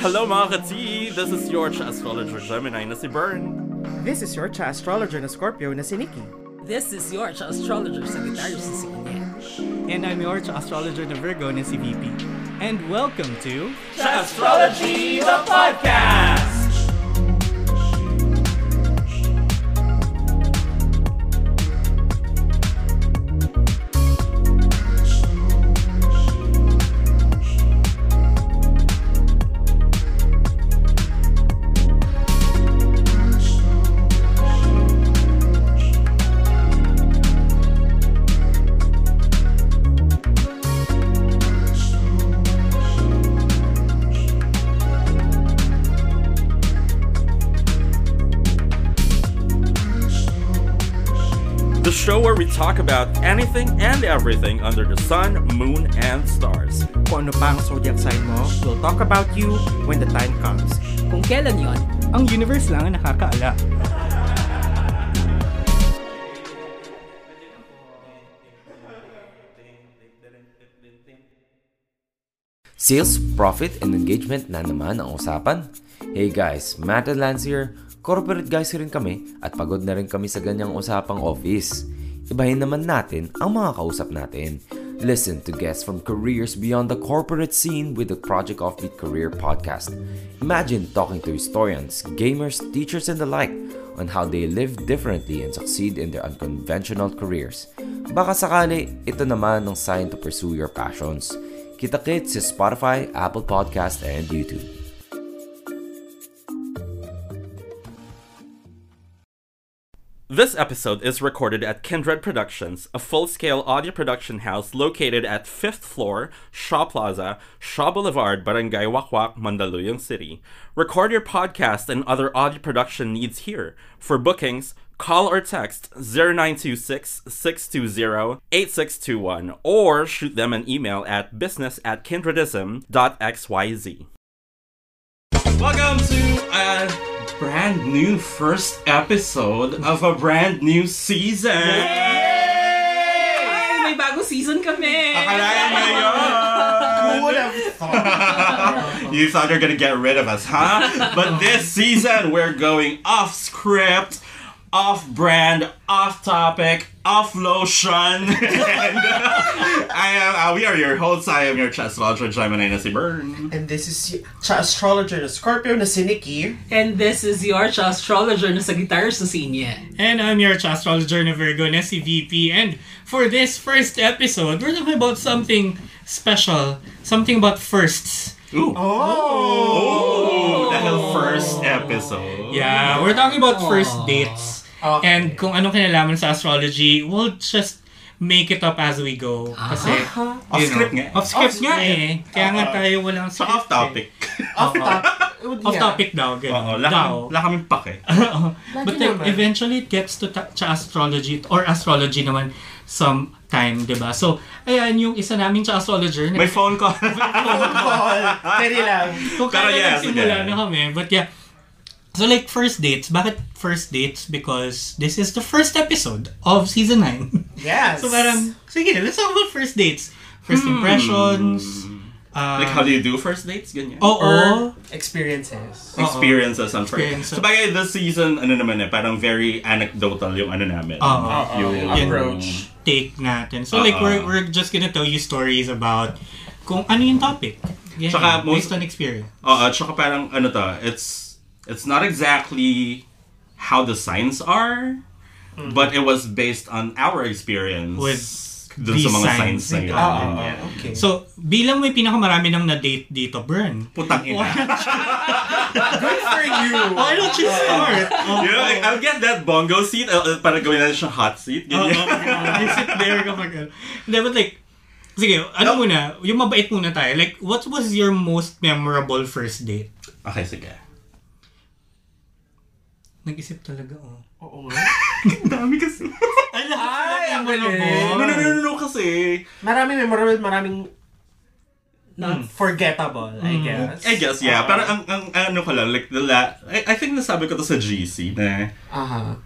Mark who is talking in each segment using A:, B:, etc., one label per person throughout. A: Hello mga ka-T! This is your astrologer Gemini na si Bern.
B: This is your cha astrologer na Scorpio na si Nikki.
C: This is your astrologer Sagittarius na si Kuya.
D: And I'm your astrologer na Virgo na si VP. And welcome to...
A: Astrology the Podcast! The show where we talk about anything and everything under the sun, moon, and stars.
B: Kung ano pa ang zodiac sign mo, we'll talk about you when the time comes.
C: Kung kailan yon,
D: Ang universe lang ang nakakaala.
E: Sales, profit, and engagement na naman ang usapan. Hey guys, Matt and Lance here. Corporate guys rin kami at pagod na rin kami sa ganyang usapang office. Ibahin naman natin ang mga kausap natin. Listen to guests from careers beyond the corporate scene with the Project Offbeat Career podcast. Imagine talking to historians, gamers, teachers, and the like on how they live differently and succeed in their unconventional careers. Baka sakali, ito naman ang sign to pursue your passions. Kita-kit sa Spotify, Apple Podcast, and YouTube.
A: This episode is recorded at Kindred Productions, a full scale audio production house located at 5th floor, Shaw Plaza, Shaw Boulevard, Barangay Wakwak, Mandaluyong City. Record your podcast and other audio production needs here. For bookings, call or text 0926 620 8621 or shoot them an email at business at kindredism.xyz. Welcome to a brand new first episode of a brand new season.
C: ay, may bagong season kami!
A: Akalain mo yun.
B: Who would have
A: You thought you're gonna get rid of us, huh? But this season we're going off script, off brand, off topic, off lotion. and, I am. Uh, we are your hosts. I am your chest vulture, Gemini Nancy Byrne.
B: And this is y- cha astrologer na Scorpio na si Nikki.
C: And this is your astrologer na Sagittarius na si Inye.
D: And I'm your astrologer na Virgo na si VP. And for this first episode, we're talking about something special. Something about firsts.
A: Ooh.
B: Oh!
A: The hell first episode.
D: Yeah, we're talking about first dates.
B: Okay.
D: And kung anong kinalaman sa astrology, we'll just make it up as we go. Kasi,
A: Off script Ah. nga.
D: off script nga
B: script.
D: eh. Kaya nga tayo walang
A: So
D: script.
A: off topic.
B: Off top.
D: Eh. Off topic daw,
A: Oo,
D: gano'n.
A: wala
D: Daw.
A: kami- wala kaming pake.
D: But then,
B: naman.
D: eventually it gets to ta- cha astrology or astrology naman some time, 'di ba? So, ayan yung isa naming cha astrologer
A: May
D: na
A: phone call.
B: All. Pwede lang.
D: kung
A: Pero
D: kaya
A: yeah,
D: nagsimula
A: sige.
D: na kami. But yeah. So like first dates, bakit first dates? Because this is the first episode of season 9.
B: Yes.
D: so parang sige, let's talk about first dates. First
A: Hmm.
D: impressions. Uh,
A: like, how do you do first dates? Ganyan.
D: Oo.
B: Or- Experiences.
A: experiences on first.
D: Experiences.
A: So bagay, this season, ano naman eh, parang very anecdotal yung ano namin.
D: Oo.
A: yung
D: Yun.
A: Mm.
B: Approach.
D: Take natin. So like
A: Oo.
D: we're, we're just gonna tell you stories about kung ano yung topic. Yeah,
A: Tsaka most-
D: based on experience.
A: Oo, tsaka parang ano to, it's, it's not exactly how the signs are, but it was based on our experience
D: Mm. With
A: dun sa
D: these
A: mga signs, na
D: signs.
A: yun.
B: Oo.
A: Ganyan.
B: okay.
D: So, bilang may pinakamarami nang na-date dito, Bern.
A: Putang ina.
B: good for you.
D: Why don't you start? Oh,
A: You know, like, I'll get that bongo seat, uh, para gawin natin siyang hot seat.
D: oh,
A: Ganyan.
D: oh, oh. sit there kapag... ano. Hindi, but like, sige, ano muna, yung mabait muna tayo. Like, what was your most memorable first date?
A: okay, sige.
D: Nag-isip talaga, oh.
B: Oo.
A: Dami kasi.
D: Ala,
B: Ay, ang
A: no, no, no, no, no, kasi.
B: Maraming memorable, maraming not forgettable, I guess.
A: I guess, yeah. Pero ang, ang ano ko lang, like, the la- I, I think nasabi ko to sa GC na,
B: Aha.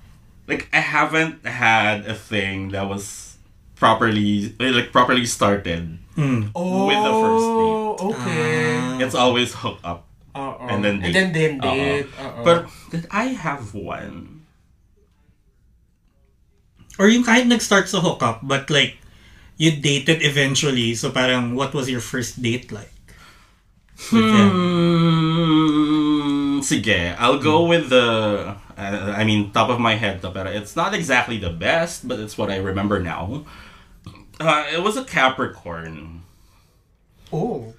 A: like, I haven't had a thing that was properly, eh, like, properly started
B: Oh,
A: with the first date.
B: okay.
A: It's always hook up.
B: Oo.
A: And then
B: and
A: date.
B: then, then
A: Oo.
B: date. Oo.
A: Pero, did I have one?
F: Or yung kahit nag-start sa hookup, but like, you dated eventually, so parang what was your first date like? With
B: Hmm.
F: him?
A: Mm, sige, I'll go with the. Uh, I mean, top of my head, to, pero it's not exactly the best, but it's what I remember now. Uh, it was a Capricorn.
B: oh.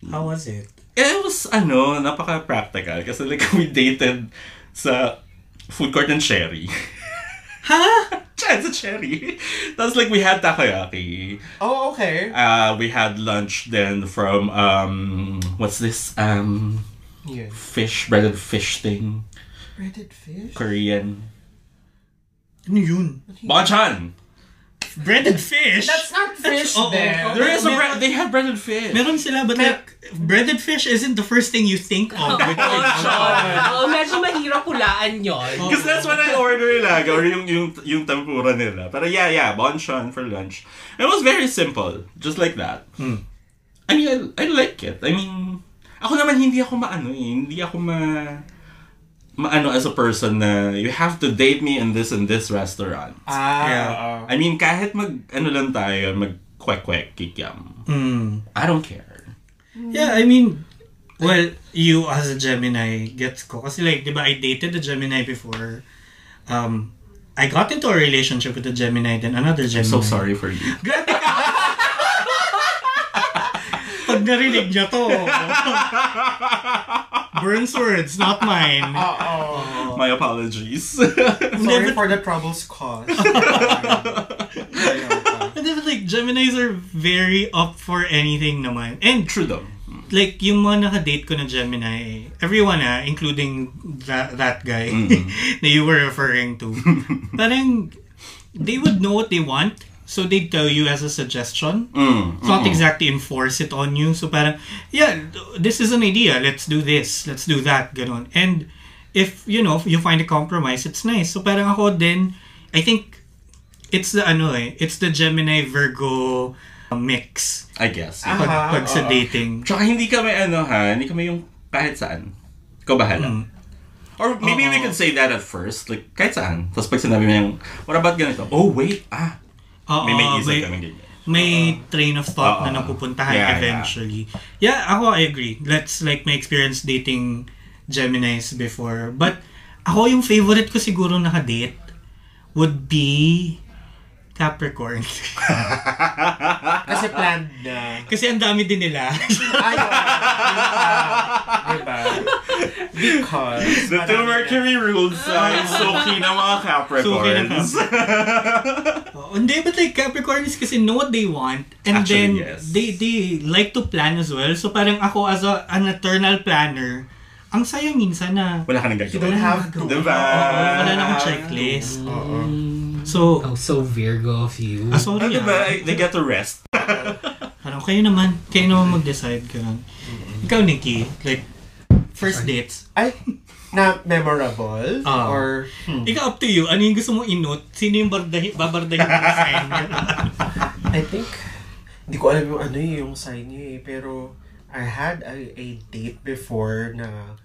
F: How was it?
A: It was, ano, napaka-practical. Kasi like, we dated sa food court ng Cherry.
F: Ha?
A: Chad, sa Cherry. Tapos like, we had takoyaki.
B: Oh, okay.
A: Uh, we had lunch then from, um, what's this, um,
B: Yeah.
A: fish, breaded fish thing?
B: Breaded fish?
A: Korean.
F: Ano yun?
A: Banchan!
F: Breaded fish?
B: That's not fish
F: oo.
B: then.
A: There is a bre- they have breaded fish.
F: Meron sila, but like, breaded fish isn't the first thing you think of. with
B: Oh,
C: Oo, Oh, medyo mahirap hulaan yun.
A: Because that's what I order nila, or yung, yung, yung tempura nila. Pero yeah, yeah, banchan for lunch. It was very simple, just like that. I mean, I, I like it. I mean, ako naman hindi ako maano eh, hindi ako ma maano as a person na you have to date me in this and this restaurant.
B: Ah,
F: Yeah.
B: oo.
A: I mean, kahit mag ano lang tayo, mag kwek-kwek, kikiam.
F: Mm.
A: I don't care.
F: Yeah, I mean, well, you as a Gemini gets ko. Kasi like, di ba, I dated a Gemini before. Um, I got into a relationship with a Gemini, then another Gemini.
A: So sorry for you.
F: Grabe ka! Pag narinig niya to. Burns words, not mine.
B: oh.
A: Ah.
B: Oo.
A: My apologies.
B: Sorry
F: Never-
B: for the troubles caused.
F: And then, like, Geminis are very up for anything naman. And,
A: True though.
F: like, yung mga naka-date ko na Gemini, everyone ah, including that, that guy
A: Mm-hmm.
F: na you were referring to, parang, they would know what they want, so they tell you as a suggestion.
A: Hmm.
F: It's not exactly enforce it on you. So parang, yeah, this is an idea. Let's do this. Let's do that. Ganon. And if, you know, you find a compromise, it's nice. So parang ako din, I think, it's the ano eh, it's the Gemini Virgo mix
A: I guess.
F: pag,
B: Ah,
F: pag sa
B: oo.
F: dating.
A: Tsaka hindi kami ano ha, hindi kami yung kahit saan. Ikaw bahala. Or maybe we could say that at first, like kahit saan. Tapos pag sinabi mo yung, what about ganito? Oh wait, ah,
F: Oo,
A: may may isa
F: may-
A: kami ganyan.
F: may train of thought na
A: Oo.
F: napupuntahan
A: Yeah, yeah.
F: eventually. Yeah. ako I agree. That's like my experience dating Geminis before. But ako yung favorite ko siguro naka-date would be Capricorn.
B: Kasi planned na.
F: Kasi ang dami din nila.
B: Ayaw. diba? Because.
A: The two Mercury rules sign, suki na mga Capricorns.
F: Oo, Oh, Hindi, but like Capricorn is kasi know what they want and
A: Actually,
F: then
A: yes.
F: they they like to plan as well. So parang ako as a, an eternal planner, ang saya minsan na
A: Wala ka nang
B: You don't
A: gagawin.
B: have to.
A: Diba?
F: Oo, wala na
A: ah,
F: akong
B: ah,
F: checklist. So,
C: Oh, so Virgo of you.
F: ah, sorry
A: Ano
F: ah.
A: ba? They get to rest.
F: Parang kayo naman, kayo naman mag-decide ka lang. Ikaw, Nikki, like, first dates.
B: Ay, na memorable?
F: Ah.
B: Or, hmm,
F: Ikaw, up to you. Ano yung gusto mong inot? Sino yung bardahi, babardahin mo yung sign?
B: I think, hindi ko alam yung ano eh, yung sign niya eh, pero I had a, a date before na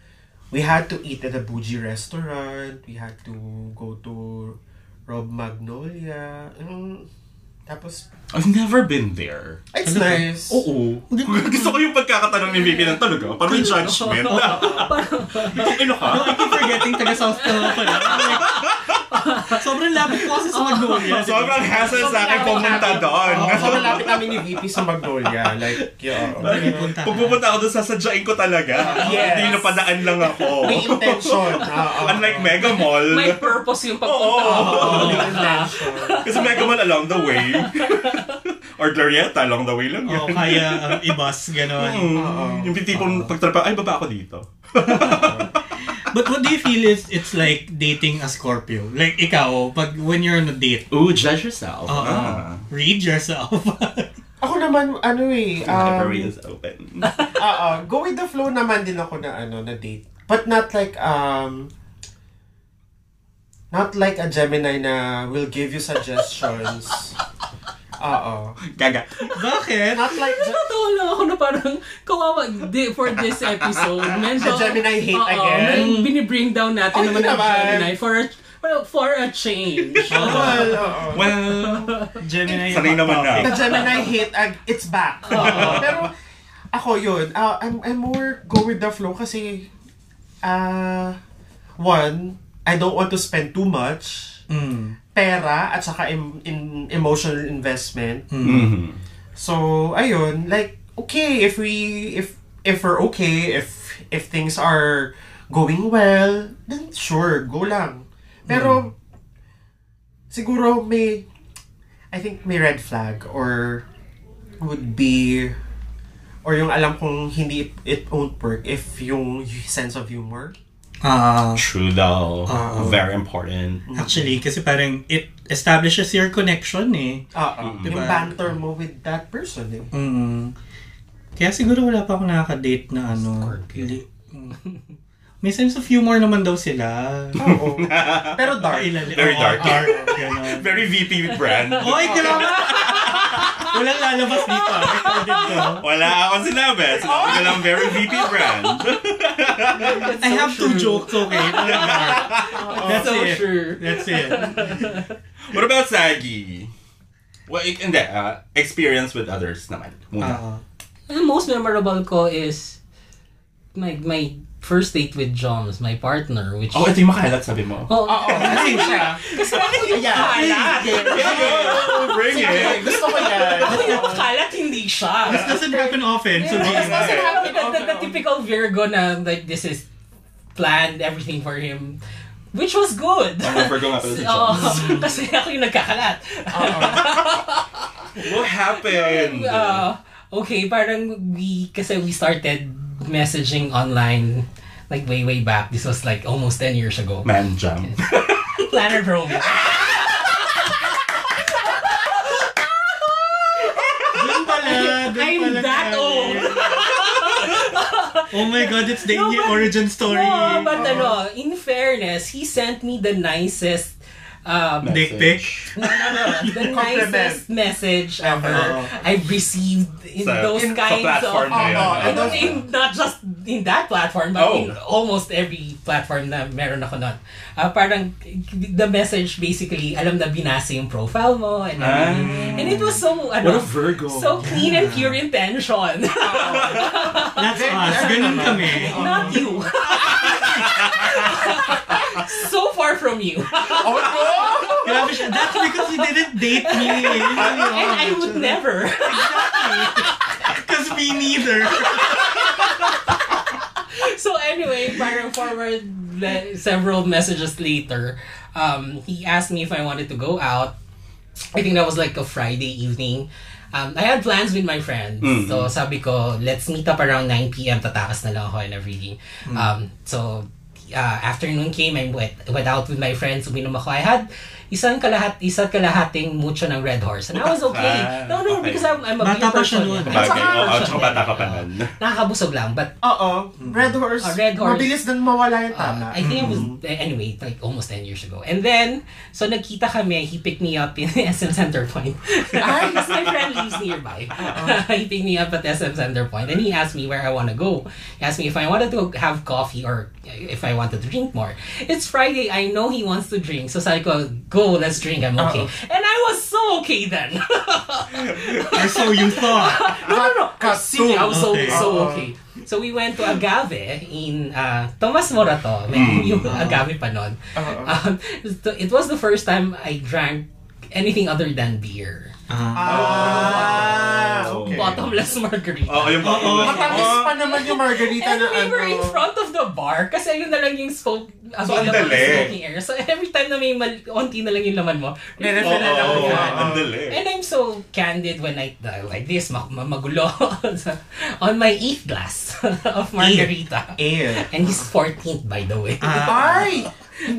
B: we had to eat at a bougie restaurant, we had to go to Rob Magnolia, mm, tapos,
A: I've never been there.
B: it's nice.
A: Ano Oo. Gusto ko yung pagkakatanong ni Vicky ng talaga. Parang judgment. Ano ka?
F: I keep forgetting taga-South ka nga pala. Sobrang lapit ko kasi sa Magnolia.
A: Sobrang hassle sa akin pumunta doon.
B: Oo, so malapit namin ni VP sa Magnolia. Like, yeah.
F: Pupunta.
A: Pag pupunta ako doon, sasadyain ko talaga.
B: Yes.
A: Hindi napadaan lang ako.
B: May intention. Oo.
A: Unlike Mega Mall.
C: May purpose yung pagpunta
A: Oo.
C: mo.
B: Oo, may intention.
A: Kasi Mega Mall along the way. Or Glorieta, along the way lang
F: O,
A: yun.
F: kaya um, i-bus, gano'n.
A: Mm, Yung tipong pagtrapa, ay baba ako dito.
F: But what do you feel is it's like dating a Scorpio? Like, ikaw, pag when you're on a date,
A: Ooh, judge yourself.
F: oo,
A: Ah.
F: read yourself.
B: Ako naman, ano eh. Um,
A: Library is open.
B: oo, go with the flow naman din ako na ano na date. But not like, um, not like a Gemini na will give you suggestions. Oo.
F: Gaga. Bakit?
B: Not like the,
C: Totoo lang ako na parang kawawa di, for this episode. Medyo,
B: The Gemini hate
C: Oo,
B: again?
C: men- Binibring down natin
B: Oh,
C: naman
B: hindi
C: ang
B: naman.
C: Gemini for a, well, for a change.
B: well, oo.
F: Well, Gemini
A: Sanay
F: hot
A: naman na.
F: topic.
B: The Gemini hate, ag- it's back. Pero ako yun, ah, I'm, I'm more go with the flow kasi, ah, one, I don't want to spend too much pera at saka em- in, emotional investment. So, ayun, like, okay, if we, if, if we're okay, if, if things are going well, then sure, go lang. Pero, siguro may, I think may red flag or would be, or yung alam kong hindi it won't work if yung sense of humor.
F: Ah,
A: True though. Very important.
F: actually, kasi parang it establishes your connection eh.
B: Oo.
F: Diba?
B: Ah, Yung banter mo with that person. Eh.
F: Mm. Kaya siguro wala pa akong nakaka-date na ano.
B: Scorpio.
F: Li- mm. May sense of humor naman daw sila.
B: Oo. Pero dark.
F: Kailali-
A: Very
F: Oo,
A: dark.
F: dark ganun.
A: Very VP brand.
F: Oy, grabe! Walang lalabas dito. ah. Recorded to.
A: Wala akong sinabi. Sinabi ko lang very VP brand.
F: I have two jokes, okay? Walang dark. That's
C: so
F: it.
C: sure.
F: That's it.
A: What about Sagi? Well, ik- hindi. ah, experience with others naman. Muna.
F: Ah.
C: Ang most memorable ko is my my first date with Joms, my partner, which...
A: oh, ito yung makalat sabi mo.
C: Oh,
B: Kasi siya. Yeah.
A: Bring it!
B: Yeah, Gusto ko yan.
C: Ako yung kalat, hindi siya.
F: This doesn't happen often. So,
B: This doesn't
C: Sabi
B: happen
C: ko, the, the,
B: often.
C: typical Virgo na like this is planned everything for him which was good.
A: Ang Virgo nga pala si
C: Oo,
A: Joms.
C: kasi ako yung nagkakalat.
A: What happened?
C: Uh, okay, parang we, kasi we started messaging online like way, way back. This was like almost 10 years ago.
A: Man jam.
C: Planet Romeo.
F: Doon pala. Doon
C: I'm
F: pala
C: that
F: kami.
C: old.
F: Oh my God, it's the
C: No,
F: Indian
C: but-
F: origin story.
C: No, but ano, in fairness, he sent me the nicest um,
F: Dick pic.
C: No, no, no. The
B: Compliment.
C: nicest message ever
B: Oo.
C: I've received in
A: Sa-
C: those
A: Uh-huh. in- sa
C: kinds
A: platform
C: of... Oh, Ah,
A: na yun.
B: Oo,
C: In,
B: and those-
C: in, not just in that platform, but
A: Oh.
C: in almost every platform na meron ako nun. Ah, parang the message basically, alam na binasa yung profile mo. And, everything. and it was so,
A: Ah. What
C: ano,
A: a Oh. Virgo.
C: so clean and pure intention.
F: That's us. Ganun kami.
C: not you. so far from you.
B: Oh, no!
F: Grabe siya. That's because you didn't date me.
C: And I would never.
F: Because me neither.
C: So anyway, parang forward le- several messages later, um, he asked me if I wanted to go out. I think that was like a Friday evening. Um, I had plans with my friends.
A: Mm-hmm.
C: So sabi ko, let's meet up around 9 p.m. Tatakas na lang ako and everything.
A: Mm-hmm.
C: Um, so uh, afternoon came, I went, went out with my friends, uminom ako. I had isang kalahat, isang kalahating mucho ng Red Horse. And I was okay. No,
A: Ah,
C: no,
A: Okay.
C: because I'm, I'm a
F: Bata
C: beer
F: pa siya
C: person.
F: noon.
C: At
A: Bagay.
C: saka-
A: Oo, oh, tsaka bata ka pa nun.
C: Nakakabusog lang, but
B: Oo. Red horse.
C: Oh, red horse.
B: Mabilis din mawala yung tama.
C: Uh, I think it was anyway, like almost 10 years ago. And then, so nagkita kami, he picked me up in SM Center Point. Because my friend lives nearby. he picked me up at SM Center Point and he asked me where I want to go. He asked me if I wanted to have coffee or if I wanted to drink more. It's Friday, I know he wants to drink. So sabi ko, go, let's drink, I'm okay. And I was so okay then.
F: Or so you thought.
C: no, no, no. I was serious. I was so,
F: okay.
C: so
B: Oo.
C: okay. So we went to Agave in uh, Tomas Mora to. May yung Agave pa nun. Um, it was the first time I drank anything other than beer.
B: Ah, okay.
C: Bottomless margarita.
A: Oo, Oh, yung bata.
F: Oo.
B: Matamis pa naman yung margarita
C: And
B: na
C: we were in
B: ano.
C: front of the bar kasi yun na lang yung smoke,
A: So, ang
C: available
A: dali.
C: smoking area. So every time na may mal- onti na lang yung laman mo,
B: Nire-fill na lang
A: Oo,
B: nila.
A: ang dali.
C: And I'm so candid when I uh, like this, ma- ma- magulo on my eighth glass of margarita.
B: Eh.
C: And he's 14th by the way.
B: Ay!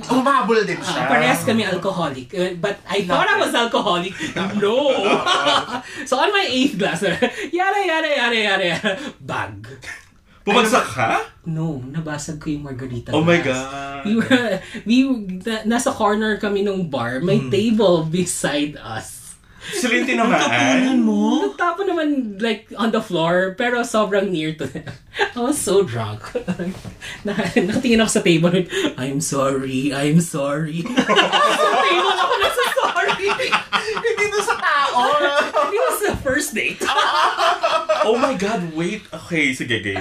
B: Humabol din siya.
C: Ah, Parehas kami alcoholic. Uh, but I thought I was alcoholic. No! so on my eighth glass, eh, yada yada yada yada yada, bag.
A: Pumansak ka?
C: No, nabasag ko yung margarita.
A: Oh my
C: glass.
A: God.
C: We were,
A: Hmm.
C: we, na, nasa corner kami ng bar. May table beside us.
A: Sila yung tinamaan.
F: Tapunan mo?
C: Nagtapo naman, like, on the floor, pero sobrang near to them. I was so drunk. Na- Nakatingin ako sa table, like, I'm sorry, I'm sorry. sa table ako na sa sorry.
B: Hindi to sa tao.
C: It was the first date.
A: Oh my God, wait. Okay, sige, game.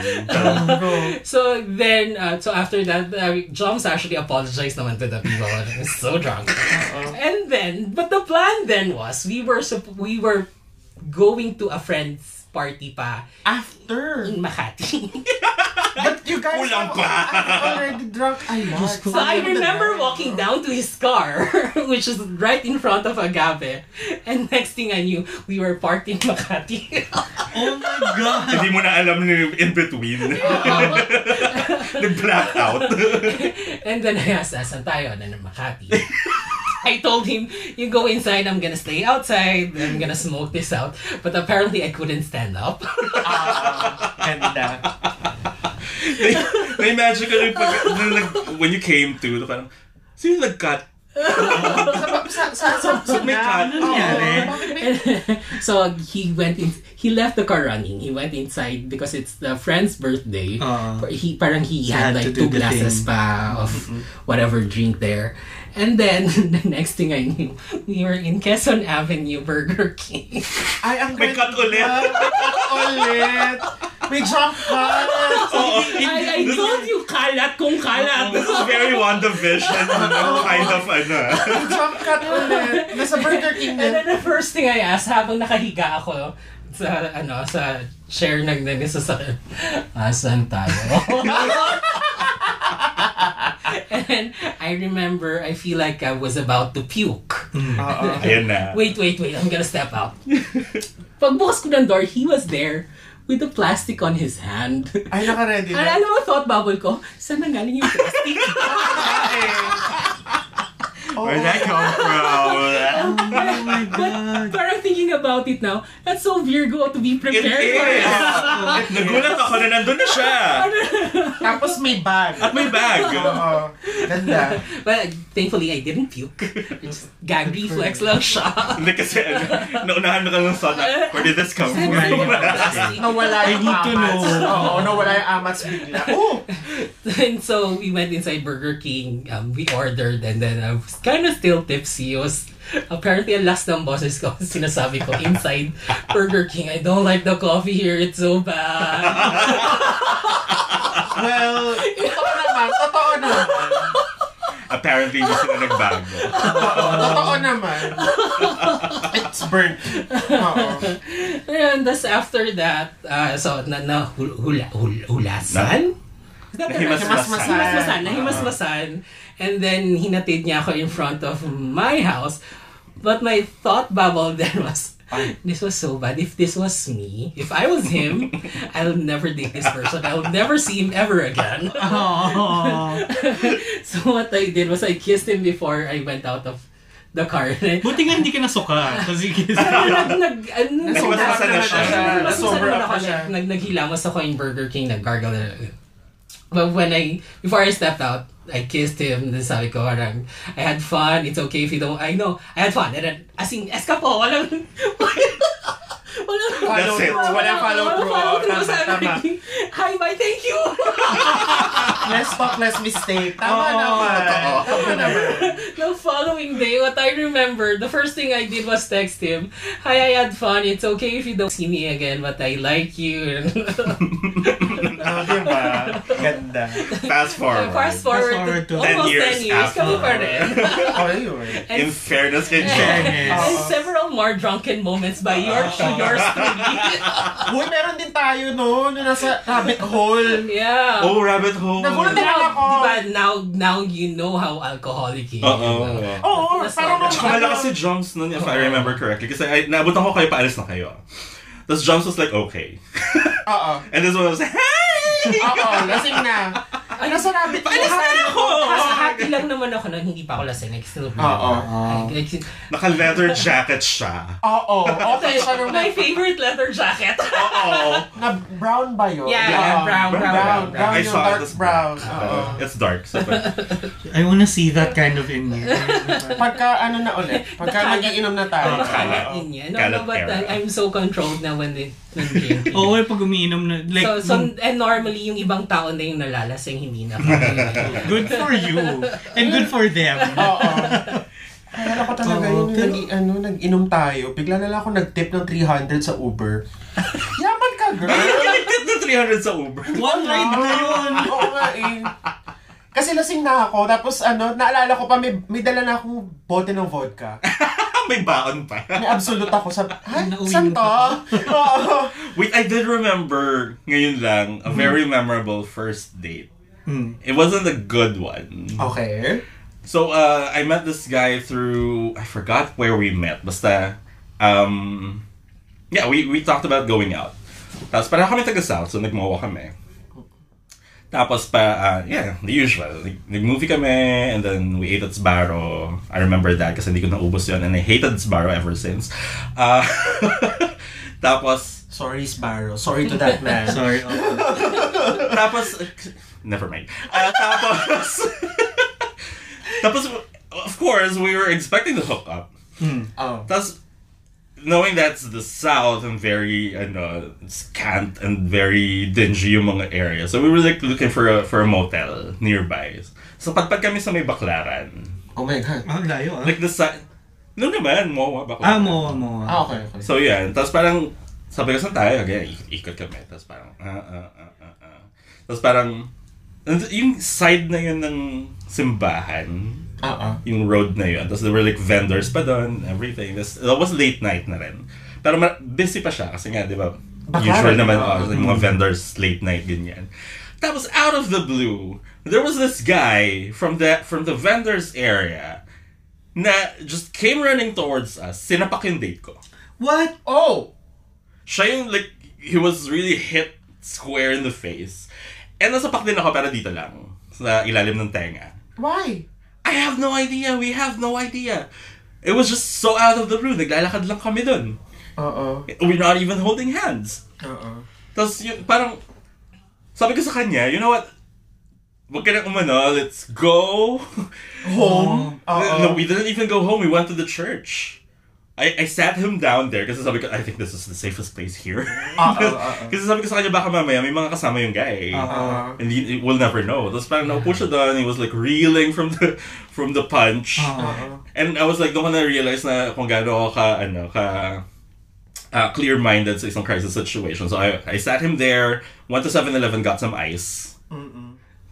C: So then, uh, so after that, uh, Joms actually apologized naman to the people. I was so drunk. and then, but the plan then was, we were, sup- we were going to a friend's party pa
B: After.
C: in Makati.
B: But you guys
A: Kulang pa.
B: have- I've already drunk a lot.
C: So I remember walking down to his car, which is right in front of Agave. And next thing I knew, we were parked in Makati.
F: Oh my God!
A: Hindi mo na alam na yung in-between. Nag-blackout.
C: and then I asked, asan tayo? And then Makati. I told him, you go inside, I'm gonna stay outside, I'm gonna smoke this out. But apparently I couldn't stand up.
B: Ganda.
A: Na- Na-imagine ko rin pag, nung nag- when you came to, na parang, sino nag-cut?
B: Sa, sa, sa, sa,
A: May cut?
F: Ano nangyari?
C: so he went in, he left the car running. He went inside because it's the friend's birthday.
F: Ah.
C: he parang he had
F: had
C: like
F: to do
C: two
F: the
C: glasses
F: thing. Mm-hmm.
C: pa of whatever drink there. And then the next thing I knew, we were in Quezon Avenue Burger King.
B: Ay, ang
A: May cut ulit.
B: May cut ulit. May jump cut.
A: Oo.
C: I, I told you kalat kung kalat.
A: This is very WandaVision kind of ano.
B: May jump cut ulit. Nasa Burger King
C: And
B: din.
C: then the first thing I asked habang nakahiga ako sa ano sa chair ng nagsa sa asan tayo. And I remember I feel like I was about to puke.
B: Oo.
A: Ayan na.
C: Wait, wait, wait. I'm gonna step out. Pagbukas ko ng door, he was there with the plastic on his hand.
B: Ay, naka-ready
C: Al-
B: na.
C: alam mo, thought bubble ko, saan nanggaling yung plastic?
B: Oo.
A: Where'd that come from?
F: Oh my God!
C: Parang thinking about it now, that's so Virgo to be
A: It
C: prepared for
A: is!
C: it.
A: Nagulat ako na nandun na siya.
B: Tapos may bag.
A: At may bag.
B: Oo. Ganda.
C: But thankfully, I didn't puke. Just gag reflex lang siya.
A: Hindi kasi ano, naunahan na ka ng thought na, where did this come from?
B: Nawala yung
F: need to
B: amats.
F: know.
B: Oo, nawala yung amats bigla. Oh!
C: and so we went inside Burger King. Um, we ordered and then I was kind of still tipsy. I was apparently ang last ng bosses ko sinasabi ko inside Burger King. I don't like the coffee here. It's so bad.
B: Well, totoo naman. Totoo naman.
A: Apparently, hindi sila nagbago.
B: Oo, totoo naman. It's burnt. Oo.
C: and that's after that, uh, so na na hul, hula, hul, hulasan? Is that the right
A: Nahimas-masan.
C: Himasmasan, nahimasmasan. And then, hinatid niya ako in front of my house. But my thought bubble then was, this was so bad. If this was me, if I was him, I'll never date this person. I'll never see him ever again.
F: Oh.
C: so what I did was I kissed him before I went out of the car. And I,
F: Buti nga hindi ka nasuka. Kasi
C: nag, nag, ano,
A: Nahimas-masan
C: sobra-
A: na siya.
C: Mas
B: Sobra
C: Sobra
B: na
C: ako
B: pa siya.
C: nag, nag, naghilamos ako in Burger King, nag-gargle na. But when I, before I stepped out, I kissed him, then sabi ko, parang, I had fun, it's okay if you don't, I know, I had fun. And then, as in, eska po, walang, walang,
A: That's it.
B: Wala follow through.
C: follow through.
B: Tama,
C: Sabi
B: tama.
C: ko, Hi, bye, thank you.
B: Less talk, less mistake. Tama
F: Oo,
B: naman.
A: totoo.
B: Tama naman.
C: the following day, what I remember, the first thing I did was text him, Hi, I had fun, it's okay if you don't see me again, but I like you.
B: Oh, diba? Ganda.
A: Ah, Fast forward.
C: Fast forward,
F: Fast forward
C: to
F: to
C: almost 10 years, 10 years kami
A: after.
C: pa rin.
B: Oh, yun.
C: And,
A: In fairness kay John.
F: Fairness.
C: and
B: Oo.
C: several more drunken moments by your yours truly.
B: Uy, meron din tayo no, na nasa rabbit hole.
C: yeah.
A: Oh, rabbit hole.
B: Nagulat na lang
C: Now,
B: ako.
C: diba, now, now you know how alcoholic he is.
A: Oo.
C: diba?
B: Oo, ano. parang nung...
A: Tsaka malakas si Joms nun, if I remember correctly. Kasi I, naabutan ko kayo, paalis na kayo. Tapos Joms was like, okay.
B: Oo.
A: And this one was, hey!
B: Oo, lasing na.
C: Ay, nasa rabbit
A: Paalis na ako!
C: Hati lang naman ako noon, hindi pa ako lasing. Like, still
B: Oo.
C: Ay, like,
A: Naka-leather jacket siya.
B: Oo. Okay, siya nung
C: my favorite leather jacket.
A: Oo.
B: Na brown ba yun?
C: Yeah, yeah, brown, brown,
B: Oh, brown.
C: brown.
B: Brown
A: I
B: yung
A: saw
B: dark
A: this
B: brown. Oo.
A: Uh, it's dark. So, but,
F: I wanna see that kind of in you.
B: Pagka ano na ulit, pagka
C: Nakalat.
B: magiinom na tayo.
A: Nakalat.
B: Oo.
C: Yun yan. No,
A: Kalat
C: no, but
A: era.
C: I- I'm so controlled na when, it- when drinking.
F: Oo, eh, pag umiinom na, like,
C: so, so,
F: nung-
C: and normally, yung ibang tao na yung nalalasing, hindi na.
F: good for you. And good for them.
B: Oo. Kaya ko talaga
F: Oo,
B: yun,
F: pero-
B: nag, ano, nag-inom tayo. Bigla na lang ako nag-tip ng 300 sa Uber. Yaman ka, girl!
A: Nagtit na 300 sa Uber.
F: One ride na yun.
B: Oo nga eh. Kasi lasing na ako, tapos ano, naalala ko pa, may, may dala na akong bote ng vodka.
A: Ah, May baon pa.
B: May absolute ako sa, ha?
F: Nauwi
B: Saan
F: mo
B: to? Oo.
A: Wait, I did remember ngayon lang a very memorable first date.
F: Hmm.
A: It wasn't a good one.
B: Oh. Okay.
A: So uh, I met this guy through I forgot where we met. Basta um yeah, we we talked about going out. Tapos para kami taga South, so nagmawa kami. Tapos pa, uh, yeah, the usual. Nag- Nag-movie kami, and then we ate at Sbarro. I remember that kasi hindi ko naubos yun, and I hated Sbarro ever since. Uh, tapos,
B: Sorry, Sparrow. Sorry to that man.
F: Sorry. oo.
A: tapos, never mind. Uh, tapos, tapos, of course, we were expecting to hook up.
B: Oh.
A: That's knowing that's the South and very ano scant and very dingy yung mga area. So we were like looking for a for a motel nearby. So patpat kami sa may Baklaran.
B: Oh my God.
F: Ang layo ah.
A: Like the side No naman, Moa Baklaran.
F: Ah, mo, mo.
B: Ah, okay, okay.
A: So yeah, tapos parang sabi ko saan tayo, ganyan, ik- ikot kami. Tapos parang ah ah ah ah. ah. Tapos parang yung side na yun ng simbahan,
B: Oo.
A: yung road na yun. Tapos there were like vendors pa doon, everything. Tapos that was late night na rin. Pero ma- busy pa siya kasi nga, di ba,
B: Baka
A: usual
B: rin, ah.
A: naman,
B: oo.
A: oh, yung mga vendors late night, ganyan. Tapos out of the blue, there was this guy from the from the vendors area na just came running towards us. Sinapak yung date ko.
F: What?
B: Oh!
A: Siya yung like, he was really hit square in the face. And nasapak din ako pero dito lang. Sa ilalim ng tenga.
B: Why?
A: I have no idea. We have no idea. It was just so out of the blue. Naglalakad lang kami dun.
B: Oo.
A: We're not even holding hands.
B: Oo.
F: Uh-uh.
A: Tapos yun, parang, sabi ko sa kanya, you know what? Huwag ka nang umano. Let's go.
B: Home?
F: Oh.
B: Uh-uh. Oo.
A: No, we didn't even go home. We went to the church. I, I sat him down there kasi sabi ko, I think this is the safest place here.
B: oo, oo.
A: kasi sabi ko sa kanya, baka mamaya may mga kasama yung guy.
B: Oo.
A: And you, we'll never know. Tapos parang naupo siya doon, he was like reeling from the from the punch.
F: Oo.
A: And I was like, doon ko na-realize na kung gaano ako ka, ano, ka, uh, clear-minded sa isang crisis situation. So I, I sat him there, went to 7-Eleven, got some ice.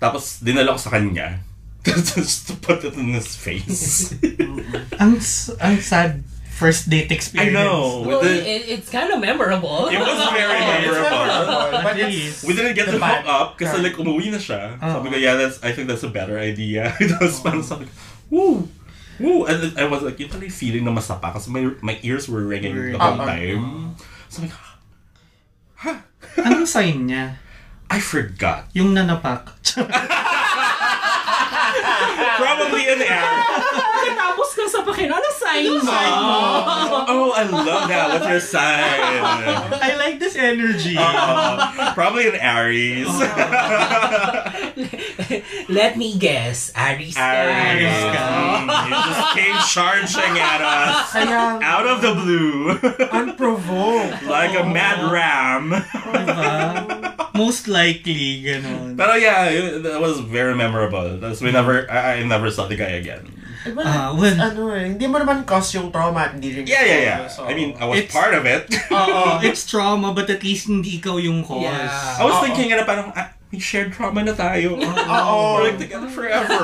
A: Tapos dinala ko sa kanya. Just to put it in his face.
C: Mm-hmm.
F: Ang, s- ang sad first date
A: I
F: experience.
A: know.
C: well,
A: With
C: it,
A: the,
C: it- it's kind of memorable.
A: it was very memorable.
B: But it's...
F: Please.
A: We didn't get to
B: Diba?
A: hook up kasi like umuwi na siya.
C: Uh-huh.
A: Sabi ko, yeah, that's, I think that's a better idea. Tapos parang sabi ko, woo! Woo! And then I was like, yun pala yung feeling na masapa kasi my, my ears were ringing the whole
B: Ah, ah.
C: Uh-huh.
A: time. Sabi ko,
F: Anong sign niya?
A: I forgot.
F: Yung nanapak.
A: Probably an error.
C: Tapos ka sa pakin, ano sign mo?
A: Oh, I love that. What's your sign?
F: I like this energy.
A: Uh, probably an Aries.
C: Uh-huh. Let me guess, Aries ka.
A: Aries.
F: Aries ka.
A: Mm, You just came charging at us
B: Kaya,
A: out of the blue
B: unprovoked.
A: like a mad ram.
F: diba? Most likely, ganun.
A: But oh yeah, it- that was very memorable. That's we never I, I never saw the guy again.
B: Diba?
F: Ah, well,
B: ano eh, hindi mo naman cause yung trauma at hindi rin
A: Yeah, yeah, yeah.
B: cause, oh. so-
A: I mean, I was
F: It's-
A: part of it.
F: Oo, it's trauma, but at least hindi ikaw yung cause.
C: Yeah.
A: I was thinking na parang ah, we shared trauma na tayo.
B: Oo.
A: We're like together forever.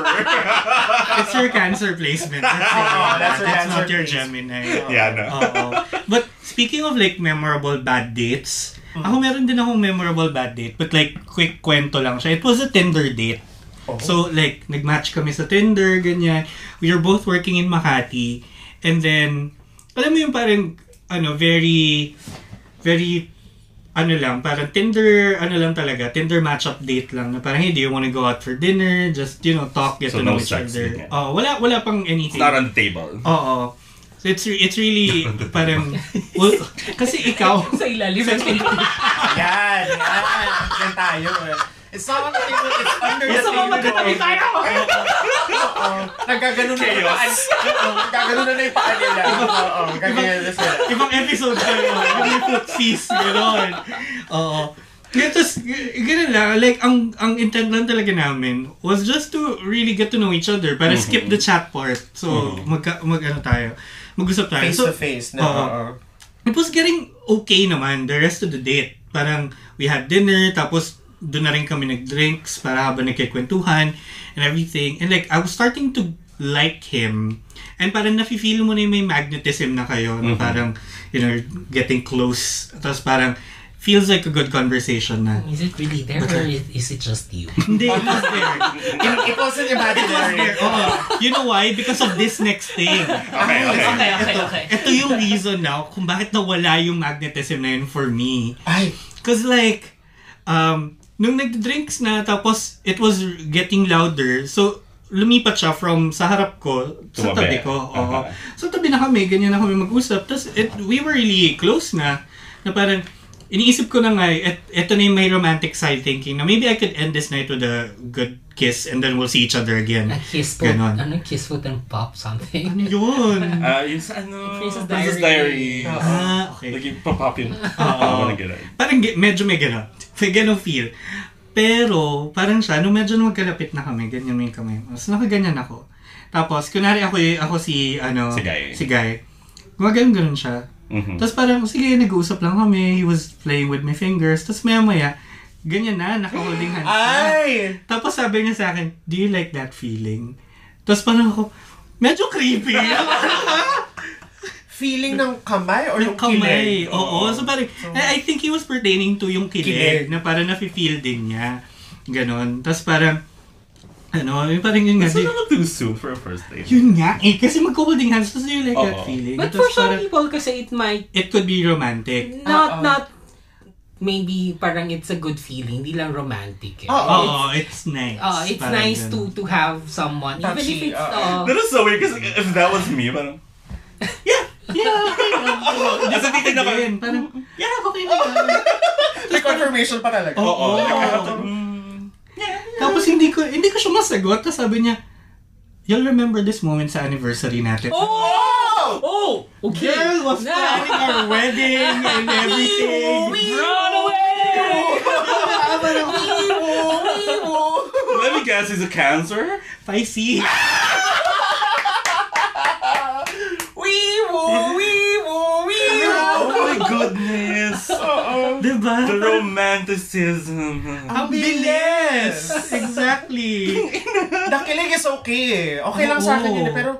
F: It's your cancer placement. That's, your-
B: Oo, that's your
F: Ah, that's not
B: cancer
F: your
B: placement.
F: Gemini.
A: yeah, no.
F: Oo. But speaking of like memorable bad dates, ako meron din akong memorable bad date, but like quick kwento lang siya. It was a Tinder date. So like, nag-match kami sa Tinder, ganyan. We were both working in Makati. And then, alam mo yung parang, ano, very, very ano lang, parang Tinder, ano lang talaga, Tinder match-up date lang. Na parang, hey, do you wanna go out for dinner? Just, you know, talk, get
A: So
F: to
A: no
F: know each
A: sex,
F: other.
A: ganyan.
F: Oh, wala, wala pang
A: It's
F: anything.
A: not on the table.
F: Oo. So it's re- it's really parang well, kasi ikaw
C: Sa ilalim ng
B: Yan, yan. Yan tayo. eh. It's not on the table, it's under the
C: Sa mga
B: table.
C: magkatabi tayo!
B: Oo. Nagkaganon na yung paan. Oo, Nagkaganon na na yung paan nila. Oo, ganyan na sila.
F: ibang episode pa yun. Yung may foot feast, gano'n. Oo. Yeah, tapos, g- ganun lang. Like, ang, ang intent lang talaga namin was just to really get to know each other. Para skip
B: Mm-hmm.
F: the chat part. So, magka mag, ano tayo. Mag-usap tayo.
B: Face
F: so,
B: to face na.
F: Oo.
B: Oo.
F: It was getting okay naman the rest of the date. Parang we had dinner, tapos doon na rin kami nag-drinks para habang nagkikwentuhan and everything. And like, I was starting to like him. And parang nafe-feel mo na yung may magnetism na kayo. Na parang, you know, getting close. Tapos parang, feels like a good conversation na.
C: Is it really there or is is it just you?
F: Hindi, it was there.
B: It wasn't
F: It was there.
B: imaginary.
F: Oo. You know why? Because of this next thing.
A: Okay, okay.
C: Okay, okay, okay.
F: Ito yung reason now kung bakit nawala yung magnetism na yun for me.
B: Ay,
F: Cause like, um, nung nagdrinks na, tapos it was getting louder. So, lumipat siya from sa harap ko, sa
A: Tumabi.
F: tabi ko.
A: Aha.
F: Oo. So, tabi na kami, ganyan na kami mag-usap. Tapos, it, we were really close na, na parang, iniisip ko na nga, et, eto na yung may romantic side thinking, na maybe I could end this night with a good kiss and then we'll see each other again.
C: A kiss foot.
F: Ganon.
C: Ano? Kiss foot and pop something?
F: Ano yun?
A: Uh, yung sa ano,
C: Princess
A: Princess Diary.
C: Diary.
F: ah, okay.
A: Like, yung pop-up yun.
F: Oo.
A: Parang ganun.
F: parang ge- medyo may ganun. May ganun feel. Pero, parang siya, nung medyo magkalapit na kami, ganyan mo yung kamay mo. Tapos nakaganyan ako. Tapos, kunwari ako, y- ako si, ano,
A: Si Guy.
F: Si Guy. Gumaganon-ganon siya.
A: Mhm.
F: Tapos parang, sige, nag-uusap lang kami. He was playing with my fingers. Tapos maya-maya, ganyan na, naka-holding
A: Ah!
F: hands na.
B: ay!
F: Tapos sabi niya sa akin, do you like that feeling? Tapos parang ako, medyo creepy.
B: Feeling ng kamay or yung
F: Yung kamay.
B: kilig?
F: Oo. So parang, I, I think he was pertaining to yung kilig,
B: Kilig.
F: na parang nafe-feel din niya. Ganon. Tapos parang, ano, yung parang yun nga.
A: It's a
F: di-
A: little too soon for a first date.
F: yun nga eh, kasi magkukulding hands, tapos you like
A: Oo.
F: that feeling.
C: But for
F: Tapos
C: some
F: parang,
C: people kasi it might
F: it could be romantic.
C: not
B: Oo.
C: not maybe parang it's a good feeling, hindi lang romantic. Eh.
B: Oo.
F: Oo, it's nice.
C: Oh, it's
F: Parang
C: nice
F: ganun.
C: to to have someone even
B: Touchy,
C: if it's
B: oo.
C: uh,
A: That is so weird because if that was me, parang,
F: Yeah, okay lang.
A: as a titin ako,
F: Again, parang, yeah, okay na
B: May confirmation pa talaga.
A: oo,
F: Oo.
A: like, I have to,
F: Tapos hindi ko, hindi ko siya masagot. Tapos sabi niya, you'll remember this moment sa anniversary natin.
C: Oh! Oh! Okay.
F: Girl was
C: No.
F: planning our wedding and everything.
C: Run away!
A: let me guess, he's a cancer?
F: Spicy.
A: Oh my goodness!
F: Diba?
A: The romanticism.
F: Ang bilis! exactly.
B: The kilig is okay eh. Okay lang sa akin yun eh, pero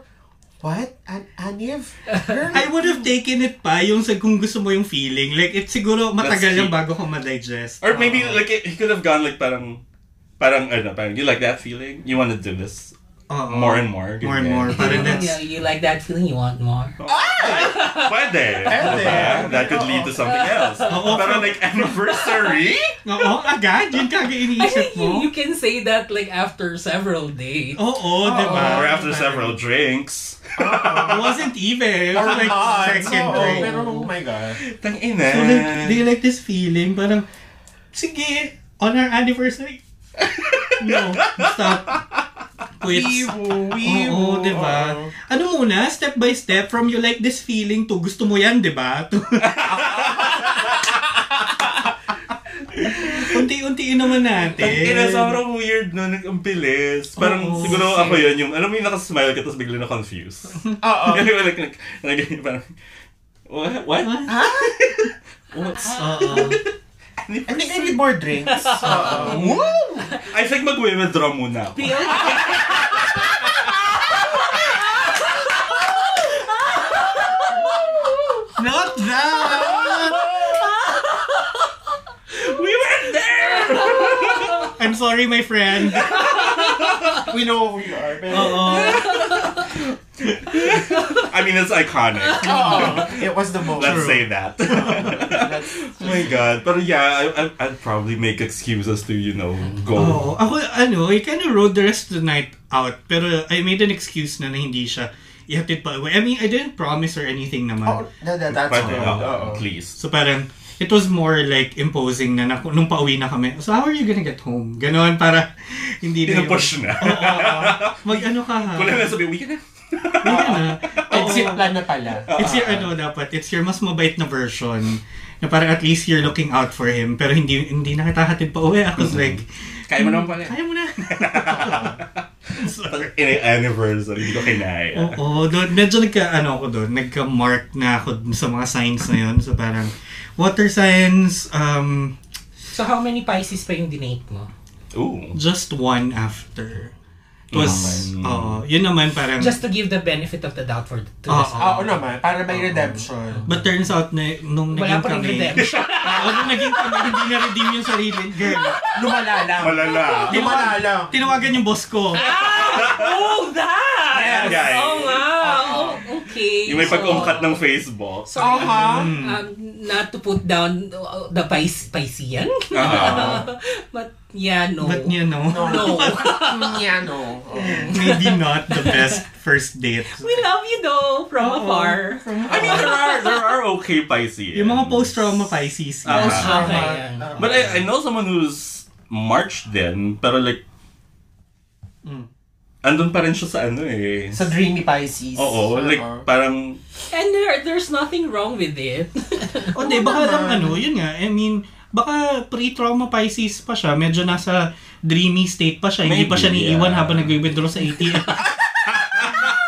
B: What? An Aniv? Girl,
F: I would have taken it pa yung sa kung gusto mo yung feeling. Like, it siguro matagal
A: That's
F: lang
A: true.
F: bago ko ma-digest.
A: Or maybe,
F: Oo.
A: like, he could have gone, like, parang, parang, ano, parang, you like that feeling? You want to do this?
F: Oo.
A: More and more.
F: More and more. Parang that's...
C: Yeah, you like that feeling? You want more?
A: Pwede.
B: Pwede.
A: Diba? That could lead to something else.
F: Oo.
A: Pero, like, anniversary?
F: Oo, agad. Yun kaga
C: I
F: iniisip
C: think you, you
F: mo.
C: can say that like after several days.
F: Oo, diba?
A: Or after several drinks.
F: Wasn't even. It
B: or
F: was like
B: not.
F: second
B: Oo,
F: drink.
B: Pero oh my god.
A: Tang
F: So, like,
A: ina.
F: do you like this feeling? Parang, sige, on our anniversary. No, stop. Quits.
B: Wiwo,
F: Oo,
B: wiwo.
F: di ba? Ano muna, step by step, from you like this feeling to gusto mo yan, di ba? To- Unti-untiin naman natin.
A: Tang ina, sobrang weird nun. Ang bilis. Parang
F: Oo.
A: siguro ako yun yung, alam mo yung nakasmile ka tapos bigla na-confuse.
B: Oo.
A: Like, like, like, like, parang, what? What?
F: Oo.
B: I think I need more drinks. Oo. Woo!
A: Um, I think mag-withdraw muna ako.
F: Not that!
A: We were there!
F: I'm sorry, my friend.
B: We know who you are, pero...
F: Oo.
A: I mean, it's iconic.
B: It was the most.
A: Let's say that. oh my god. But yeah, I, I, I'd probably make excuses to, you know, go.
F: Oh, ako, ano, I kind of rode the rest of the night out. Pero I made an excuse na, na hindi siya ihatid pa away. I mean, I didn't promise or anything naman.
B: Oh, no, no, that's
A: But,
B: wrong.
A: uh,
B: Oo.
A: please.
F: So parang, it was more like imposing na, na nung pauwi na kami. So how are you gonna get home? Ganon, para hindi na
A: Pinupush na.
F: Oo, oo. Mag ano ka ha?
A: Wala na sabi, we can
F: Wala na.
B: Exit plan na pala.
F: It's your ano dapat, it's your mas mabait na version. Na parang at least you're looking out for him. Pero hindi hindi nakatahatid pa uwi. I was like,
A: Kaya mo naman pala.
F: kaya mo na.
A: In anniversary, hindi ko kinaya.
F: Oo, doon, medyo nagka, ano ako doon, nagka-mark na ako dun sa mga signs na yun. So parang, water signs, um,
C: So how many Pisces pa yung dinate mo?
A: Ooh.
F: just one after. It was,
A: Yun naman.
F: oo, yun naman parang,
C: Just to give the benefit of the doubt for to the
F: Ah,
C: sun.
B: Oo naman, para may redemption.
F: but turns out na nung
C: Wala
F: naging
C: pa rin
F: kami,
C: redemption.
F: oo, nung naging kami, hindi na-redeem yung sarili. Girl,
B: Lumala lang.
A: Malala.
B: Lumala lang.
F: tinawagan yung boss ko.
C: oh, that!
A: Ayan, guys.
C: Oh, wow. Oh, okay.
A: Yung may
C: So,
A: pag-umkat ng Facebook.
C: So,
F: Uh-huh.
B: Aha.
C: um, not to put down uh, the Pis Piscean.
A: Ah.
C: but yeah, no.
F: But you know,
C: no.
B: Yeah, no. ano, Oo.
F: maybe not the best first date.
C: We love you though, from afar.
A: I mean, there are, there are okay Pisces.
F: Yung mga post-trauma Pisces.
A: Ah.
F: Uh-huh.
C: Okay.
A: But I, I know someone who's March din, pero like, andun pa rin siya sa ano eh.
B: Sa Dreamy Pisces.
A: Oo, like
B: Oo.
A: parang,
C: And there, there's nothing wrong with it. ah.
F: O di, baka lang ano, yun nga, I mean, baka pre-trauma Pisces pa siya, medyo nasa dreamy state pa siya, hindi
A: Maybe,
F: pa siya naiiwan
A: yeah.
F: habang nag-withdraw sa ATM.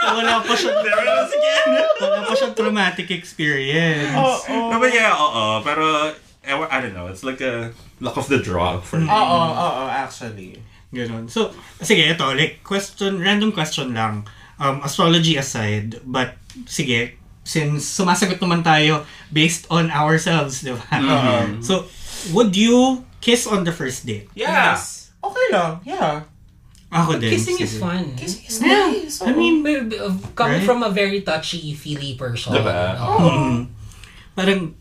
F: so, wala pa siya,
A: there it is again!
F: wala pa siya traumatic experience.
B: Oh.
A: No, but yeah, oo, pero, ewan, I don't know, it's like a luck of the draw for me.
B: Oo, oo, actually.
F: Ganun. So, sige, ito, like, question, random question lang. Um, astrology aside, but, sige, since sumasagot naman tayo based on ourselves, di ba?
A: Mm-hmm.
F: So, would you kiss on the first date?
A: Yeah!
B: Okay lang, yeah.
F: Ako din.
C: Kissing
F: sige.
C: is fun.
B: Kissing is
F: Yeah,
B: nice. oo.
F: I mean,
C: Maybe, uh, Coming
F: Right?
C: from a very touchy feely person.
A: Diba?
C: Oh.
F: parang,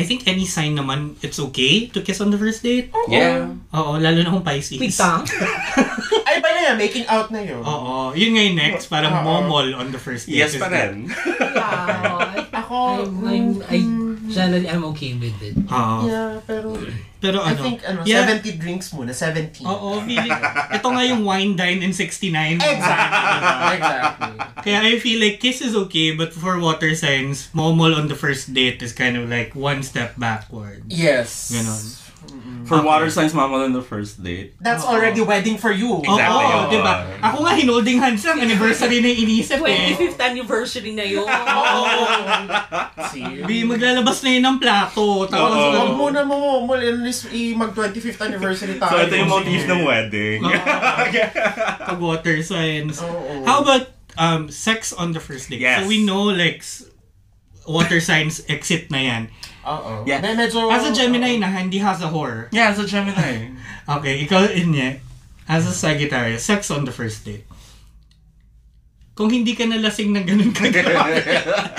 F: I think any sign naman, it's okay to kiss on the first date.
A: Yeah.
F: Oo, lalo na kung Pisces.
C: Wait ah. lang.
B: Ay, ba na yan, making out na yun.
F: Oo, yun nga yung next, parang
B: Oo.
F: momol on the first date.
A: Yes
F: is
A: pa
F: good.
A: rin.
C: Yeah.
B: Ako, mm,
C: I'm, I'm, I generally I'm okay with it.
F: Oo.
B: yeah, pero
F: Pero
B: I
F: ano,
B: think, ano,
F: yeah,
B: 70 drinks muna, 70.
F: Oo, feeling. Ito nga yung wine, dine, and 69.
B: Exactly. exactly.
F: Kaya I feel like kiss is okay, but for water signs, momol on the first date is kind of like one step backward.
B: Yes.
F: Ganon.
A: For water signs, mama on the first date.
B: That's already wedding for you.
F: Oo,
A: Exactly,
F: oh,
A: oo.
F: diba? Ako nga, hinolding hands lang. Anniversary na yung iniisip eh.
C: 25th anniversary na yun.
F: Oo.
B: See?
F: Di, maglalabas na yun ng plato. Tapos,
A: Oo.
B: Huwag muna mo, mo, at least i- mag 25th anniversary tayo.
A: So ito yung motif ng wedding.
F: pag water signs.
B: Oo.
F: How about um, sex on the first date?
A: Yes.
F: So we know, like, s- water signs exit na yan.
B: Oo.
A: Yeah.
B: May medyo...
F: As a Gemini na, hindi has a whore.
A: yeah, so Gemini.
F: Okay, ikaw, Inye, as a Sagittarius, sex on the first date. Kung hindi ka nalasing ng ganun ka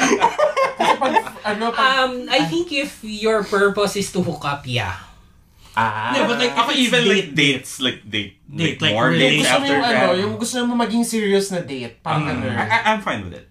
B: Pag, ano, pag...
C: Um, I think if your purpose is to hook up, yeah.
B: ah.
F: Yeah, but like,
A: Ako even
F: date,
A: like dates, like date,
F: Date,
A: like,
F: like,
A: more
F: really-
A: dates
B: gusto mo
A: after
B: yung ano,
A: that. Mm.
B: yung gusto mo maging serious na date. Parang ano.
A: I, I, I'm fine with it.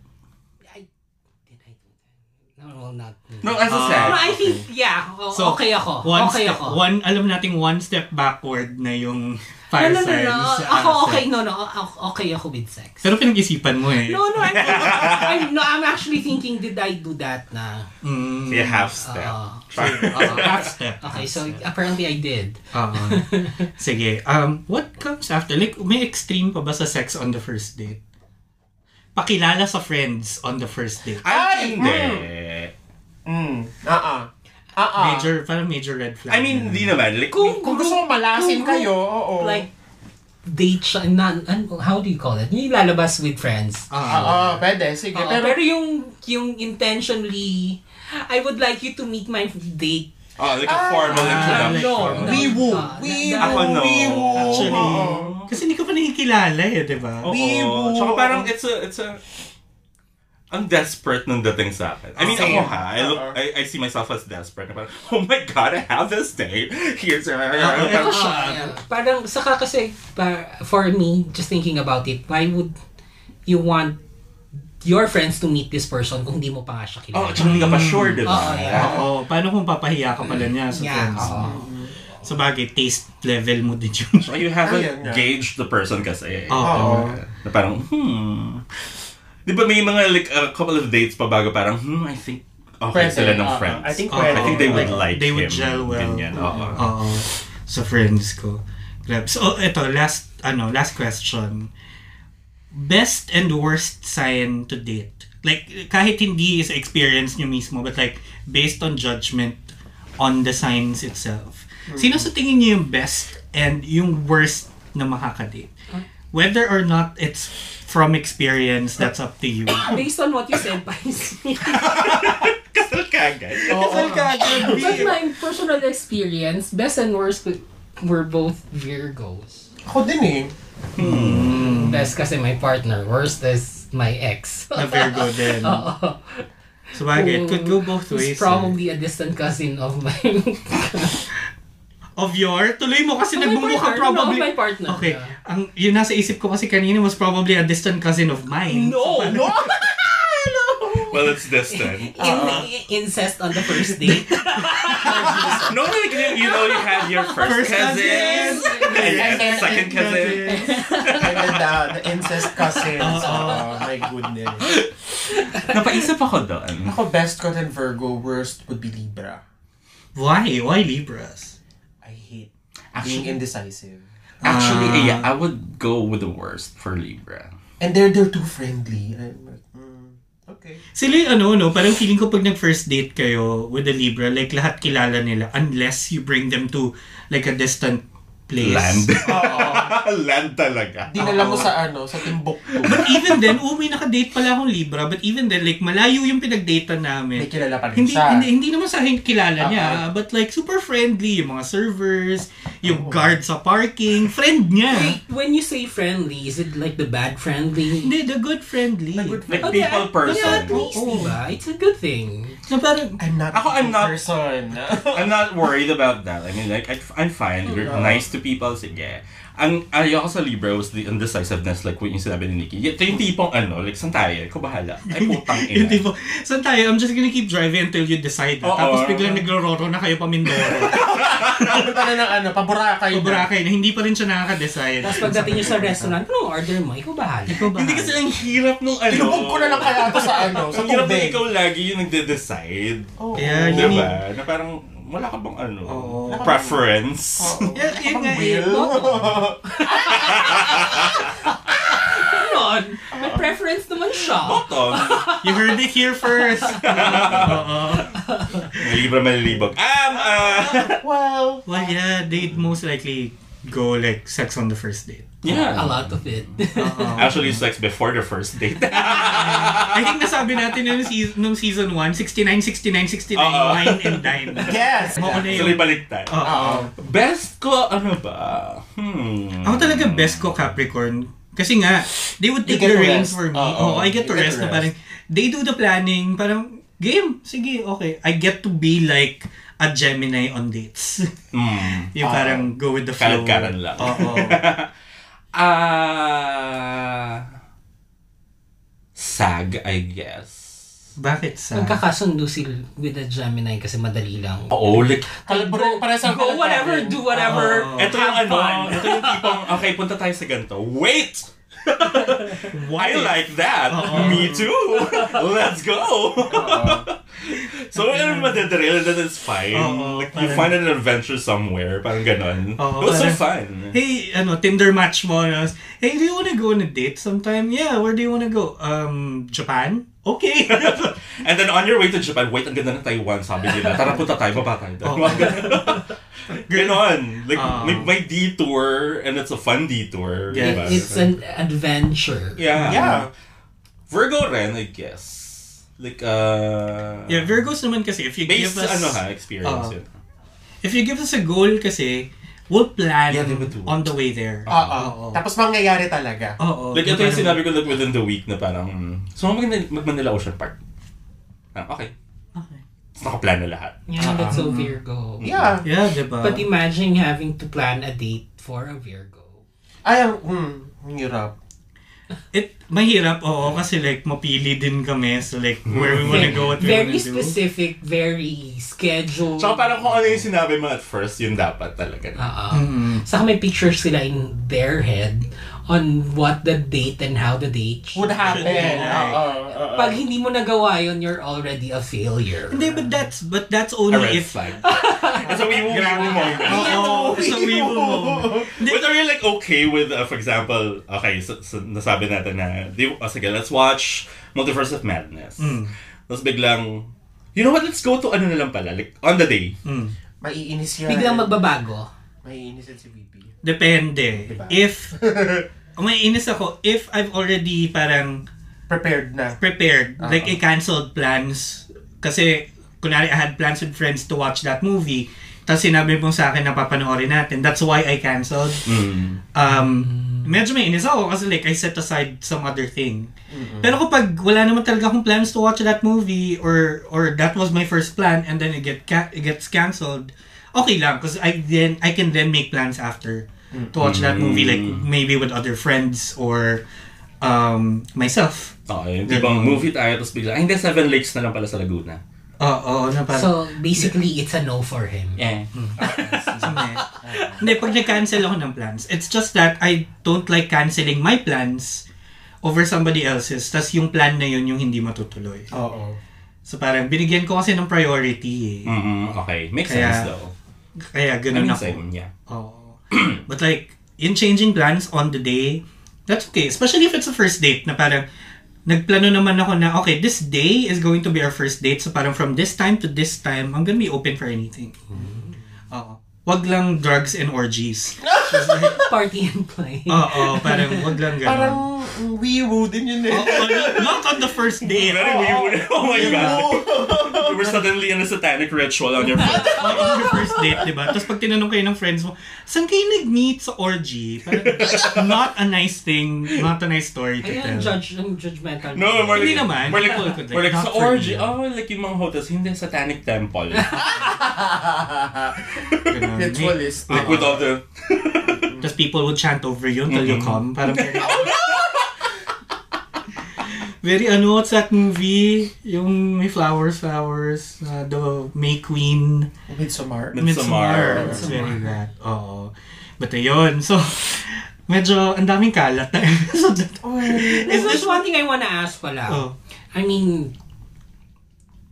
C: No, no, not.
A: No, as
B: Ah.
A: I said.
C: Pero I think, yeah, o-
F: So,
C: okay ako.
F: One
C: okay
F: step,
C: ako.
F: one, alam nating one step backward na yung
C: no,
F: fire
C: no, no, no.
F: signs, uh,
C: Ako okay,
F: sex.
C: no, no. o- Okay ako with sex.
F: Pero pinag-isipan mo eh.
C: No, no, I'm, I'm, no, I'm actually thinking, did I do that na?
F: Mm,
A: Yeah, half step.
C: Oo.
B: Ah.
A: Fine.
F: uh, half step.
C: Okay, so apparently I did.
F: Oo. sige, um, what comes after? Like, may extreme pa ba sa sex on the first date? Pakilala sa friends on the first date.
A: Ay, hindi.
B: Mm. Ah, ah. Ah, ah.
F: Major, parang major red flag.
A: I
B: Mm.
A: mean, hindi naman. Like,
C: Kung,
B: Kung gusto mo malasin
C: kung-
B: kayo,
A: Oh.
B: oo.
C: Like, date siya, nan, an, how do you call it? Yung lalabas with friends.
B: Ah, ah, pwede. Sige.
C: Oo,
B: pero,
C: pero, yung yung intentionally, I would like you to meet my date.
A: oh, like a formal
B: Ah,
F: like
A: introduction.
F: formal.
B: we woo.
C: Ah,
B: We
C: that-
A: Ako no.
B: we woo.
F: Actually,
B: Oo.
F: kasi hindi ko pa nakikilala eh, di ba?
A: Oo.
B: Bibo.
A: Tsaka parang it's a, it's a, ang desperate nung dating sa akin. I mean,
B: Same. Uh-huh.
A: ako ha, I, look,
B: Oo.
A: I, I see myself as desperate. Na parang, oh my God, I have this date. Here's
F: Ito
A: Ah,
C: Oo,
F: siya.
C: ayan. Parang, saka kasi, pa- for me, just thinking about it, why would you want your friends to meet this person kung di mo pa nga
A: Oh,
C: siya
B: Uh-huh.
C: kilala?
A: tsaka hindi ka pa sure, di ba?
C: Oo, yeah.
F: Oo, paano kung papahiya ka pala niya sa
C: Yeah,
F: friends
C: oo.
F: mo? Sa bagay, taste level mo din yun.
A: So you haven't
B: Ayun nga. Uh-huh.
A: gauged the person kasi.
F: Oo.
B: Oo.
A: Na parang, hmm. Di ba may mga like a couple of dates pa bago parang, hmm, I think okay
B: Pwede,
A: sila ng
B: oo.
A: friends.
B: I think
F: Oo.
B: pwede.
A: I think they would
B: Oo.
A: like
F: They
A: him.
F: would gel well.
A: Ganyan,
B: Uh-huh.
A: Uh-huh. oo.
F: Oo. Sa friends ko. Grabe. So, ito, last, ano, last question. Best and worst sign to date? Like, kahit hindi sa experience nyo mismo, but like, based on judgment on the signs itself. Sino sa tingin nyo yung best and yung worst na makakadate? Whether or not it's from experience, that's up to you.
G: Based on what you said, Pais.
A: Kasal ka agad.
B: Oh.
G: But my personal experience, best and worst were both
C: Virgos.
B: Ako din eh.
C: Best kasi my partner. Worst is my ex.
F: Na Virgo din.
C: Oo.
F: So, bagay, it could go both
C: Who's
F: ways. eh.
C: probably a distant cousin of my...
F: of your tuloy mo kasi
G: Of my
F: nagmumukha
G: partner,
C: ano,
F: probably
G: no, of my partner.
F: okay ang yun nasa isip ko kasi kanina was probably a distant cousin of mine
C: no! No!
A: Well, it's distant.
C: In, incest on the first date.
A: no, like, you, you know, you have your first,
F: First
A: cousin.
F: cousin.
A: and you have
B: And then-
A: second cousin.
B: And then the, the incest cousins. Oh, my goodness.
A: Napaisip ako doon.
B: Ako best ko than Virgo, worst would be Libra.
F: why why Libras
B: I hate being uh,
A: Actually,
B: indecisive.
A: actually eh, yeah, I would go with the worst for Libra.
B: And they're, they're too friendly. I'm like, mm, okay.
F: sila yung ano no parang feeling ko pag nag first date kayo with a Libra like lahat kilala nila unless you bring them to like a distant place
A: Land.
B: Oo.
A: Land talaga.
B: Dinala mo sa ano, sa Timbuktu.
F: but even then oh may nakadate pala akong Libra but even then like malayo yung pinagdatean
B: May
F: namin
B: kilala pa rin
F: hindi,
B: siya.
F: hindi, hindi naman sa akin kilala niya, but like super friendly yung mga servers, yung guard sa parking, friend niya.
C: When you say friendly, is it like the bad friendly?
F: Hindi, the good friendly. The good
A: Like people
B: ah,
A: person.
C: Yeah, at least, diba? It's a good thing.
F: Na parang,
B: I'm not
A: Ako,
B: a
A: I'm not-
B: person.
A: I'm not worried about that. I mean, like, I, I'm fine. We're nice to people. Sige. Ang ayoko sa Libra was the indecisiveness, like, what yung sinabi ni Nikki. Ito yung tipong ano, like, saan tayo? Ikaw bahala. Ay, putang
F: yung
A: ina.
F: tipo, saan tayo? I'm just gonna keep driving until you decide. ah."
A: Oo.
F: Tapos biglang naglororo na kayo pa Mindoro.
B: Pumunta na ng ano, paborakay.
F: o Boracay, na hindi pa rin siya nakaka-decide.
C: Tapos pagdating niyo sa restaurant, anong order mo? Ikaw bahala.
F: Ikaw ba?
A: Hindi kasi ang hirap nung ano.
B: Ilubog ko na lang kaya to sa ano, sa
A: Ang hirap nung
B: tubig.
A: ikaw lagi yung nagde-decide.
B: Oo.
F: Yeah,
A: Di
F: yun yung-
A: ba? Na parang, wala ka bang ano?
F: Oo. oh,
A: Preference?
B: Oo.
F: Yeah,
B: Parang
F: yun nga eh.
B: will.
C: Ganon. May preference naman siya.
A: Bottom.
F: You heard it here first. Oo.
A: Libra malilibog. Um, ah.
B: Well,
F: Well, yeah, they'd most likely go like sex on the first date.
C: A
A: yeah.
C: lot of it.
A: Actually, sex before the first date.
F: I think nasabi natin nung, season, nung season 1, 69, 69, 69,
A: Oo.
F: wine and dine.
B: yes.
F: Ako na
A: Actually,
F: yun.
A: baliktad.
F: Oo.
A: Best ko, ano ba? Hmm.
F: Ako talaga best ko Capricorn. Kasi nga, they would
B: You
F: take
B: get
F: the
B: to
F: reins
B: rest.
F: for me.
B: Oo.
F: Oo, I get to
B: You get
F: rest
B: to
F: na
B: rest.
F: parang, they do the planning, parang, game, sige, okay. I get to be like a Gemini on dates.
A: Hmm.
F: Yung parang go with the flow.
A: Kalat-kalan lang.
F: Oo.
A: Ah... sag, I guess.
F: Bakit sa...
C: Magkakasundo si with the Gemini kasi madali lang.
A: Oo, like...
B: Kalabro, para sa
C: Go Oh, whatever, do whatever.
F: Oo.
A: Ito yung
C: Have
A: ano,
C: fun.
A: ito yung tipong, okay, punta tayo sa ganito. Wait! I like that! Me too! Let's go! so, yun yung madadrill and then it's fine.
F: Oo,
A: like, you find
F: parang-
A: an adventure somewhere. Parang ganon.
F: Oo,
A: it was so
F: parang-
A: fun.
F: hey, ano, Tinder match mo. And I was, hey, do you wanna go on a date sometime? Yeah, where do you wanna go? Um, Japan? Okay.
A: And then on your way to Japan, wait, ang ganda ng Taiwan, sabi nila. Tara, punta tayo, baba tayo. doon."
F: Oo.
A: Ganon. Like,
F: Oo.
A: may, may detour, and it's a fun detour.
F: Yes.
A: diba?
C: It's an adventure.
A: Yeah.
B: Yeah.
A: Virgo rin, I guess. Like, uh...
F: yeah, Virgos naman kasi, if you
A: Based
F: give us... uh,
A: sa ano ha, experience
F: Oo.
A: yun.
F: If you give us a goal kasi, we'll plan
A: Yeah, they would do. Ah,
F: on the way there.
B: Oo.
F: Oo.
B: Tapos mangyayari talaga.
F: Oo.
A: Like, ito yung sinabi ko like within the week na parang, so mag-Manila Ocean Park. Ah, okay.
F: Okay.
A: Tapos nakaplan na lahat.
C: Yeah, that's so Virgo.
B: Yeah.
F: Yeah, diba?
C: Ah. But imagine having to plan a date for a Virgo.
B: Ay, ang- hmm, ang hirap.
F: It, mahirap, oo, kasi like, mapili din kami so like, where we wanna go, what we
C: very
F: wanna do.
C: specific, very scheduled.
A: Tsaka parang kung ano yung sinabi mo at first, yun dapat talaga.
C: Oo. Saka ah. may pictures sila in their head on what the date and how the date
B: Would happen.
F: Yeah.
B: Oo, oo.
C: Pag hindi mo nagawa yun, you're already a failure.
F: Hindi, but that's, but that's
A: A
F: only
A: red
F: if...
A: flag. It's a wee-woo wee-woo moment.
F: Oo, it's a wee-woo moment. Hindi,
A: But are you like okay with, uh, for example, okay, so, so nasabi natin na, di, oh, sige, let's watch Multiverse of Madness. Tapos biglang, you know what, let's go to ano na lang pala, like on the day.
B: Maiinis yan.
C: Biglang magbabago.
B: Maiinis yan si Bibi.
F: Depende.
A: Diba?
F: If, umiinis ako, if I've already parang
B: Prepared na.
F: prepared, like I canceled plans, kasi kunwari I had plans with friends to watch that movie, tapos sinabi mo sa akin na papanoorin natin, that's why I canceled. Um, medyo may inis ako kasi like I set aside some other thing. Pero kapag wala naman talaga akong plans to watch that movie or or that was my first plan and then it get ca- it gets canceled, okay lang because I then I can then make plans after to watch that movie like maybe with other friends or um myself.
A: Okay, di bang movie tayo, tapos biglang, ay hindi, Seven Lakes na lang pala sa Laguna.
F: Oo, na parang
C: So, basically, it's a no for him.
A: Yeah.
F: Hindi. Hindi, pag nag-cancel ako ng plans, it's just that I don't like canceling my plans over somebody else's. Tapos yung plan na yun yung hindi matutuloy.
B: Oo.
F: So parang binigyan ko kasi ng priority eh.
A: mm okay, makes
F: Kaya-
A: sense though. I
F: Kaya ganun
A: mean,
F: ako.
A: same, yeah.
F: Oo. Oh. But like, in changing plans on the day, that's okay. Especially if it's a first date na parang, nagplano naman ako na, okay, this day is going to be our first date. So parang from this time to this time, I'm gonna be open for anything.
A: Mm-hmm.
F: Oo. Wag lang drugs and orgies.
C: Party and play.
F: Oo, parang wag lang ganun.
B: Parang wee-woo din yun eh.
F: Oo, not- not on the first date.
A: Very weird. Oh my God. You were suddenly in a satanic ritual on your phone.
F: Not on your first date, diba? Tapos pag tinanong kayo ng friends mo, saan kayo nag-meet sa orgy? Parang, not a nice thing, not a nice story to
C: Ayun,
F: tell.
C: judge, ang judgmental.
A: No, more
F: Hindi
A: like,
F: naman.
A: More like,
F: People could like,
A: more like
F: not
A: sa
F: for
A: orgy.
F: you.
A: Oh, like yung mga hotels, hindi, satanic temple.
F: Ganun.
B: Ritualist.
A: like with all the...
F: Tapos people would chant over you until you come. Parang very... very ano, what's that movie? Yung may flowers, flowers, uh, the May Queen.
B: Midsommar.
A: Midsommar.
F: It's very bad. Oo. But ayun, so, medyo ang daming kalat na episode na to.
C: There's just one thing I wanna ask pala.
F: Oh.
C: I mean,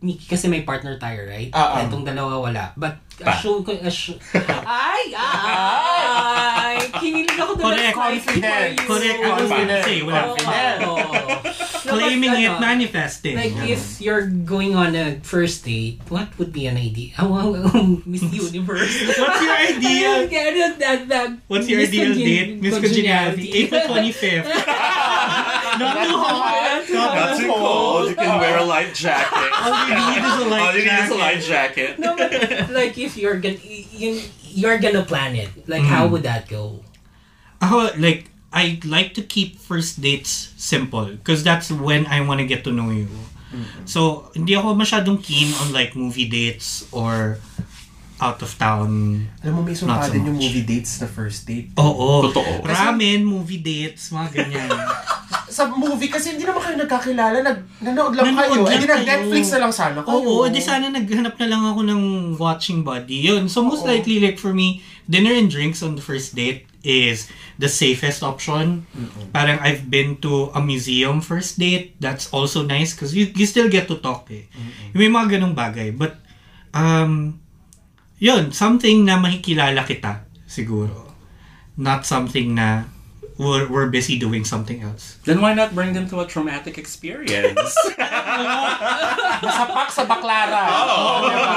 C: Nikki kasi may partner tayo, right?
B: Ah, ah.
F: um,
C: Itong dalawa wala. But,
A: Pa.
C: assume ko, assume, ay, ay, kinilig ako doon
F: Correct.
B: Confidence.
F: Correct. I was gonna
C: Oh,
F: say,
B: Oh,
F: wala. Claiming it, manifesting.
C: Like, if you're going on a first date, what would be an idea? Oh, wow, wow, Miss Universe.
F: What's your
C: I
F: ideal?
C: get it, that, that.
F: What's your ideal date? Miss Congeniality, April 25th. Not too hot.
A: Not too cold. You can wear a light jacket.
F: All you need is a light
A: All you need is a
F: jacket.
A: light jacket.
C: No, but like if you're gonna you, you're gonna plan it, like how
F: Mm.
C: would that go?
F: Ako, like, I like to keep first dates simple because that's when I want to get to know you. So, hindi ako masyadong keen on like movie dates or out of town.
B: oh. Alam mo, may sumpa
F: Not so
B: din yung
F: much.
B: movie dates na first date.
F: Oo.
A: Totoo.
F: Ramen, movie dates, mga ganyan.
B: Sa movie kasi hindi naman kayo nagkakilala. Nag, nanood lang
F: Nanood
B: kayo. eh.
F: lang
B: Hindi
F: kayo.
B: nag-Netflix na lang sana kayo.
F: Oo, di sana naghanap na lang ako ng watching buddy. Yun. So, most likely, like for me, dinner and drinks on the first date is the safest option. Parang I've been to a museum first date. That's also nice because you, you still get to talk eh. Yung May mga ganong bagay. But, um, yun, something na makikilala kita, siguro. Not something na we're, we're busy doing something else.
A: Then why not bring them to a traumatic experience?
B: Nasapak sa baklara. Oo. diba?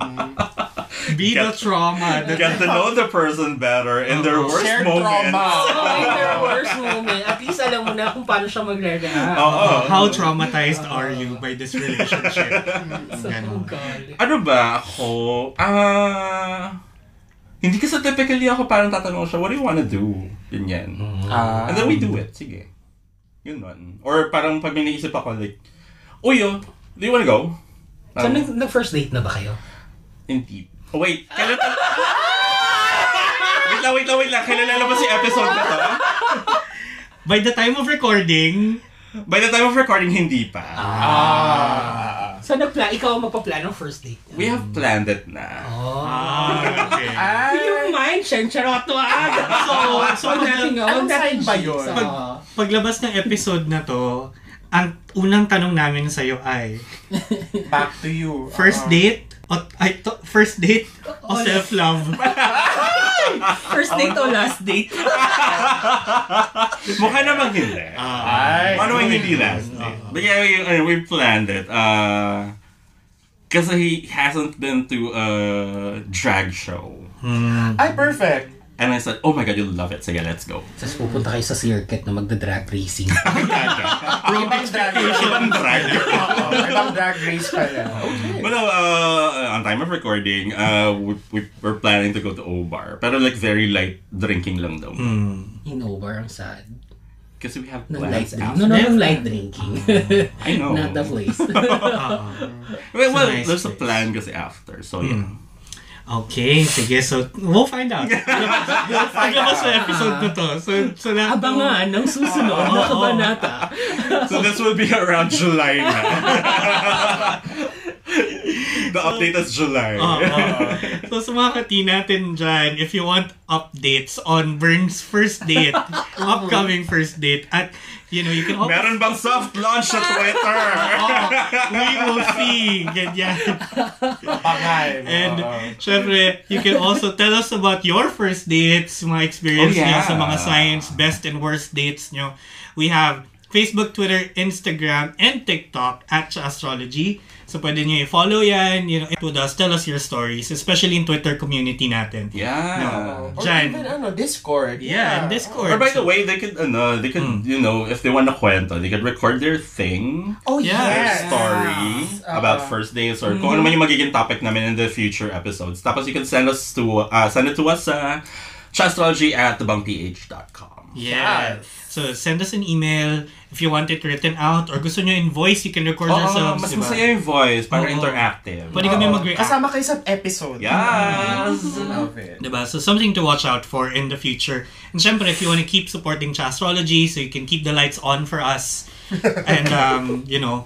F: Be the
A: Get-
F: trauma. The
A: Get to know the person better in their worst
B: Shared
A: moments.
B: trauma.
C: Oh, in their worst moment, at least alam mo na kung paano siya magre-react.
A: Oo.
F: How traumatized are you by this relationship?
C: So, oh God.
A: Ano ba ako? Ah... Hindi kasi typically ako parang tatanong siya, what do you wanna do? Ganyan.
B: Ah.
A: And then we do it. Sige. Yun nun. Or parang pag may naisip ako, like, Uy, oh, do you wanna go?
C: So,
A: Parang,
C: nag, nag-first date na ba kayo?
A: hindi. Oh, wait. Kailan tal- wait lang, wait lang, wait lang. Kailan lalabas yung episode na to?
F: By the time of recording,
A: By the time of recording, hindi pa.
C: So, nagpla ikaw ang magpa-plan ng first date.
A: We have planned it na.
F: ah, okay.
C: Yung mind, Shen, charot to ah.
F: so, so pag,
G: Nothing else.
B: Outside ba yun?
G: Ah.
F: paglabas ng episode na to, ang unang tanong namin sa iyo ay
B: Back to you.
F: first date o ay, to, first date o self love.
G: First date o last date?
A: Mukha namang hindi.
B: Ay.
A: Paano ang hindi last date? But yeah, we, uh, we planned it. Uh, kasi he hasn't been to a drag show.
B: Ay, perfect.
A: And I said, oh my god, you'll love it. Sige, let's go.
C: Tapos pupunta kayo sa circuit na magda-drag racing.
B: Ibang drag race.
A: Ibang drag.
B: Oo, ibang drag race pala.
A: But uh, uh, on time of recording, uh, we, we were planning to go to O-Bar. Pero like very light drinking lang daw.
C: Hinover, ang sad.
A: Kasi we have
C: Nung light
A: plans
C: drink.
A: after.
C: No, no, nung light drinking.
A: I know.
C: Not the place.
A: Well, well,
F: It's a nice
A: there's a
F: place.
A: plan kasi after. So yeah.
F: Okay, sige. So, we'll find out. Paglabas sa episode na to. So, so na,
C: Abangan ng susunod na kabanata.
A: So this will be around July na. the update is July. Uh-huh.
F: So sa mga kati natin dyan, if you want updates on Burn's first date, upcoming first date, at, you know, you can always,
A: Meron bang soft launch sa Twitter?
F: we will see. Ganyan.
B: Bakal.
F: And,
B: Oo.
F: syempre, you can also tell us about your first dates, mga experience
A: Oh, yeah.
F: nyo sa mga science, best and worst dates nyo. We have Facebook, Twitter, Instagram, and TikTok at Siya Astrology. So, pwede nyo i-follow yan. You know, it would us, tell us your stories, especially in Twitter community natin.
A: yeah.
B: Or
F: Jan.
B: even ano, Discord.
F: Yeah, and Discord.
A: Or by the way, they could, ano, they could, you know, if they want to kwento, they could record their thing,
B: Oh,
F: Yeah.
A: their
B: yes.
A: story
F: Uh-huh.
B: Ah.
A: about first dates or
F: Mm-hmm.
A: kung ano man yung magiging topic namin in the future episodes. Tapos you can send us to, uh, send it to us sa chastrology at thebangph.com.
F: Yeah. So, send us an email if you want it written out or gusto nyo in voice, you can record
A: Oo,
F: yourselves.
A: mas
F: diba?
A: masaya yung voice, para
F: Oo.
A: interactive.
F: Pwede kami
B: Oo.
F: mag-react.
B: Kasama kayo sa episode.
A: Yes!
B: Love it.
F: Diba? So something to watch out for in the future. And syempre, if you want to keep supporting Chastrology, so you can keep the lights on for us. And, um, you know,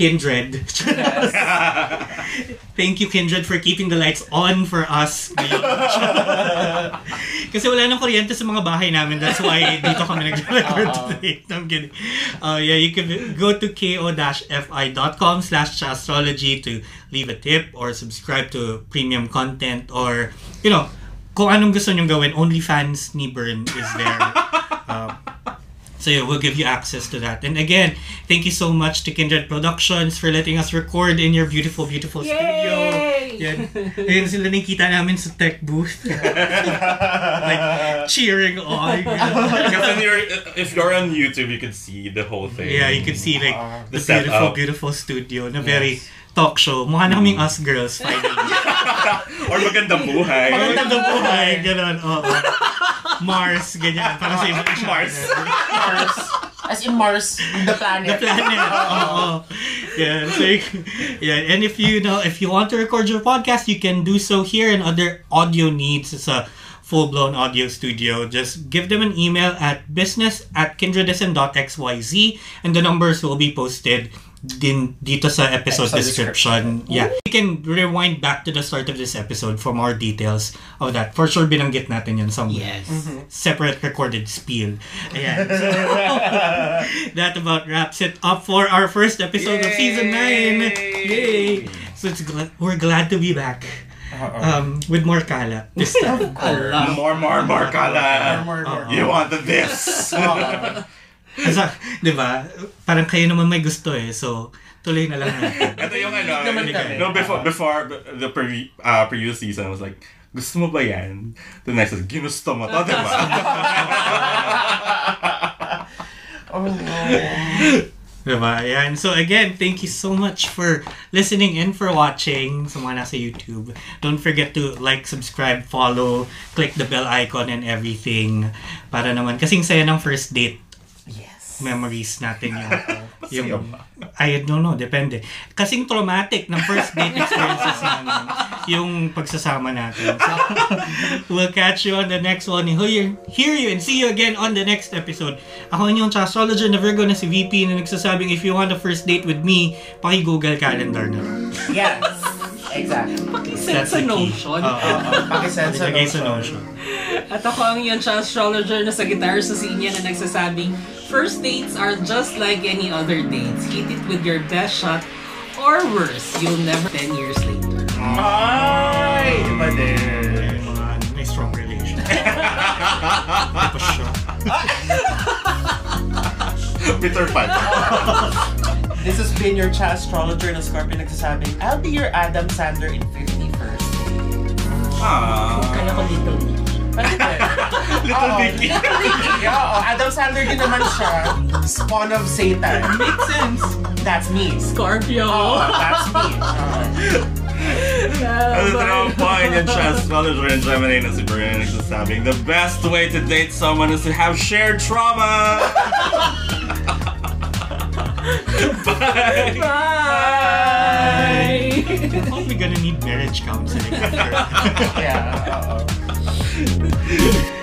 F: Kindred. Thank you, Kindred, for keeping the lights on for us. ngayon. Kasi wala nang kuryente sa mga bahay namin. That's why dito kami nag-record today. No, I'm kidding. Uh, yeah, you can go to ko-fi.com slash astrology to leave a tip or subscribe to premium content or, you know, kung anong gusto nyong gawin, OnlyFans ni Bern is there. Um, so yeah, we'll give you access to that. And again, thank you so much to Kindred Productions for letting us record in your beautiful, beautiful studio. Yan. Ayun sila nakikita namin sa tech booth. like, cheering oh, on.
A: Because if you're, if you're on YouTube, you can see the whole thing.
F: yeah, you can see like
A: Uh,
F: the,
A: The
F: beautiful,
A: setup.
F: beautiful studio na very talk show. Mukha na kaming us girls finally.
A: Or magandang buhay.
F: Maganda na buhay, gano'n. Oo. Mars, ganyan. Para sa ibang genre.
A: Mars.
B: Mars. As in Mars, the
F: The
B: planet.
F: planet. Oo. Yeah, so you, yeah, and if you know, if you want to record your podcast, you can do so here and other audio needs. It's a full-blown audio studio. Just give them an email at business at kindredison.xyz and the numbers will be posted din dito sa episode,
B: Episode
F: description. Yeah. You can rewind back to the start of this episode for more details of that. For sure, binanggit natin yun somewhere
C: Yes.
F: separate recorded spiel. Ayan. So, that about wraps it up for our first episode of season 9. Yay! So it's gl- we're glad to be back. Um, with more kala this time.
C: Ala.
A: More, more, more kala.
B: More, more,
A: You want this.
F: Oh. so, di ba? Parang kayo naman may gusto eh. So, tuloy na lang natin.
A: Ito yung ano.
B: naman kami.
A: No, before, before the pre- uh, previous season, I was like, gusto mo ba yan? The next is, ginusto mo to, di ba?
B: Oh no.
F: Diba? Diba? Ayan. So again, thank you so much for listening and for watching sa mga nasa YouTube. Don't forget to like, subscribe, follow, click the bell icon and everything. Para naman, kasing saya ng first date
B: Yes.
F: memories natin yung yung I don't know, depende. Kasing traumatic ng first date experiences namin yung pagsasama natin. So, we'll catch you on the next one. Hear you, hear you and see you again on the next episode. Ako yung astrologer na Virgo na si VP na nagsasabing if you want a first date with me, paki-Google calendar na lang.
B: Yes. Exactly.
C: Pakisend
F: That's
C: sa
F: the key.
C: Notion.
F: Oo, oo, oo.
B: Pakisend sa
F: Ilagay sa
B: notion.
F: notion.
C: At ako ang yun siya astrologer na sa guitar sa sinya na nagsasabing, First dates are just like any other dates. Hit it with your best shot or worse, you'll never 10 years later.
B: Ay! Iba din.
F: May mga ano, may strong relation. Tapos siya.
A: Peter Pan.
B: This has been your chat astrologer na Scorpio nagsasabing, I'll be your Adam Sandler in 51st.
A: Ah,
B: Kala ko Little Nicky. Pwede din.
A: Little Nicky.
B: Little Nicky. Oo, eh. oh, Adam Sandler din naman siya. Spawn of Satan.
F: Makes sense.
B: That's me.
C: Scorpio!
B: Oo, that's me. Oo.
A: Ang dalawang point yung chance astrologer and Gemini na si Bruno nagsasabing, the best way to date someone is to have shared trauma! Bye!
C: Bye!
F: I
B: Oh,
F: hope we're gonna need marriage counseling after.
B: yeah, oo.